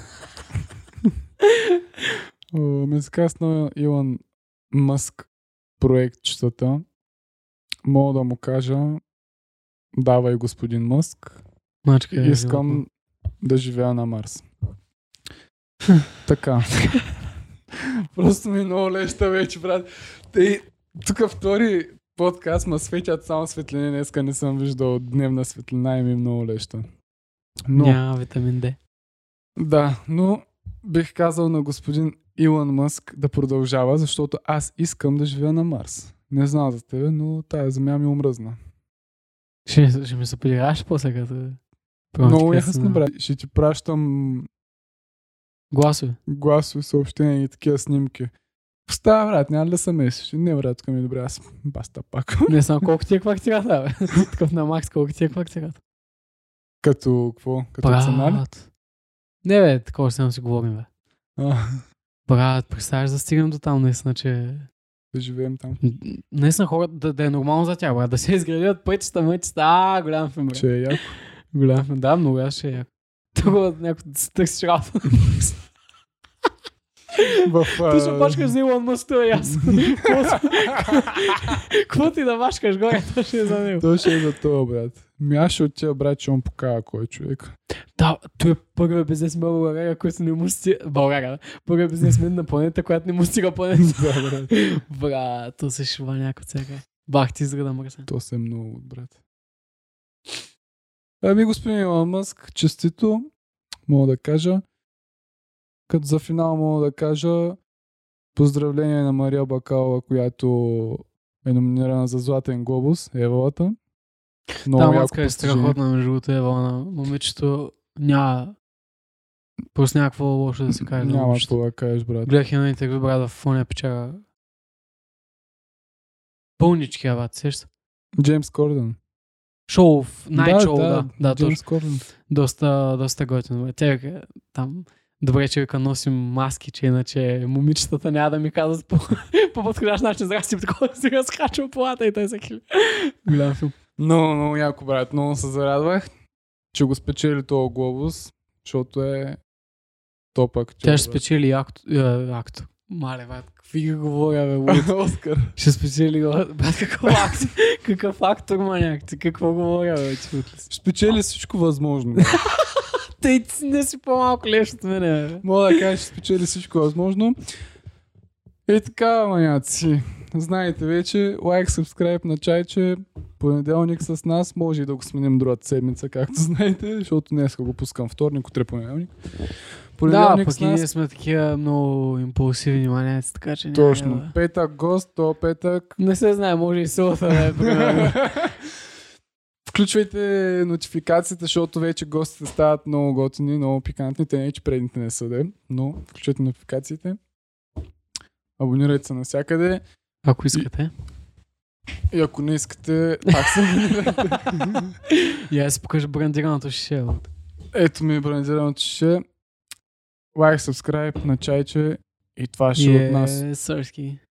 О, Ми се казва Илон Мъск проектчетата, мога да му кажа давай господин Мъск,
Мачка, е
искам да живея
(laughs)
на Марс. така. Просто ми е много леща вече, брат. Те, тук втори подкаст ма светят само светлини. Днеска не съм виждал дневна светлина и ми е много леща. Но,
Няма витамин Д.
да, но бих казал на господин Илон Мъск да продължава, защото аз искам да живея на Марс. Не знам за тебе, но тая земя ми омръзна.
Ще, ми се- ще ми се подиграш после като... пробвам
Много
ти къса
ясно,
на-
брат. Ще ти пращам
Гласове.
гласови съобщения и такива снимки. Става, брат, няма ли да се месиш? Не, брат, тук ми е добре, аз баста пак. (laughs)
Не знам колко ти е квартирата, бе. Такъв на Макс, колко ти е квартирата.
Като, какво? Като цена ли?
Брат. Не, бе, такова ще си говорим, бе.
А,
Брат, представяш да стигнем до там, наистина, че...
да живеем там.
Наистина хората да, да е нормално за тях, брат. Да се изградят пътища, мътища. А, голям фен, брат.
Че е яко.
Голям фен. Да, много аз ще е яко. Тук някой да се търсиш (laughs) работа.
В, а,
(laughs) Ти ще бачкаш
(laughs)
за Илон Мъск, това е ясно. (laughs) Какво ти да бачкаш горе, то ще е за него.
Той ще е за това, брат. Ми аз ще отида, брат, че он покажа кой е човек. (laughs)
Да, той е първият бизнесмен в България, който не му стига... България, да. Първият бизнесмен на планета, която не му стига планета. (laughs)
да, брат.
Брат, то се шива някой цяка. Бах ти изграда мръсен.
То се е много, брат. Ами, господин Илон Мъск, честито, мога да кажа. Като за финал мога да кажа поздравление на Мария Бакалова, която е номинирана за Златен глобус, Евалата. Много
Та
яко
мацка е
постижение.
страхотна, между другото, ева на момичето. Няма... Просто някакво лошо да се каже. за
Няма
момичето.
какво да кажеш, брат.
Гледах едно интервю, брат, в фоня печага. Пълнички, абат, сеща.
Джеймс Корден.
Шоу, най-шоу, да. Да, да, точно.
Джеймс Корден.
Доста, доста готино. бе. Тя вика, там, добре, че вика носим маски, че иначе момичетата няма да ми казват по, (laughs) по подходящ начин, за си такова да си разкачва полата и той се хили. Голям филм.
Много, много яко, брат. Много се зарадвах, че го спечели този глобус, защото е топ актьор.
Тя ще
брат.
спечели акт, е, акт. Мале, брат, какви ги говоря,
(laughs)
бе, луд.
Оскар.
Ще спечели, брат, брат, какъв акт, какъв актор, маняк, ти какво говоря, бе, ти от ли си?
Спечели всичко възможно.
Тъй ти си не си по-малко леш от мене, бе.
(laughs) Мога да кажа, че спечели всичко възможно. И така, маняци. Знаете вече, лайк, subscribe на чайче. Понеделник с нас. Може и да го сменим другата седмица, както (laughs) знаете, защото днес го пускам вторник, утре понеделник.
Да,
Понеделник
пък
с
и ние
нас.
сме такива много импулсивни маняци, така че няма, бе.
Точно. Петък гост, то петък.
Не се знае, може и силата да е примерно.
Включвайте нотификациите, защото вече гостите стават много готини, много пикантни. Те не, че предните не са, де, но включвайте нотификациите. Абонирайте се навсякъде.
Ако искате.
И ако не искате, пак се абонирайте. (laughs)
И аз си покажа брандираното шише. бе.
Ето ми е брандираното ще. Лайк, subscribe на чайче и това ще е от нас.
И е сърски.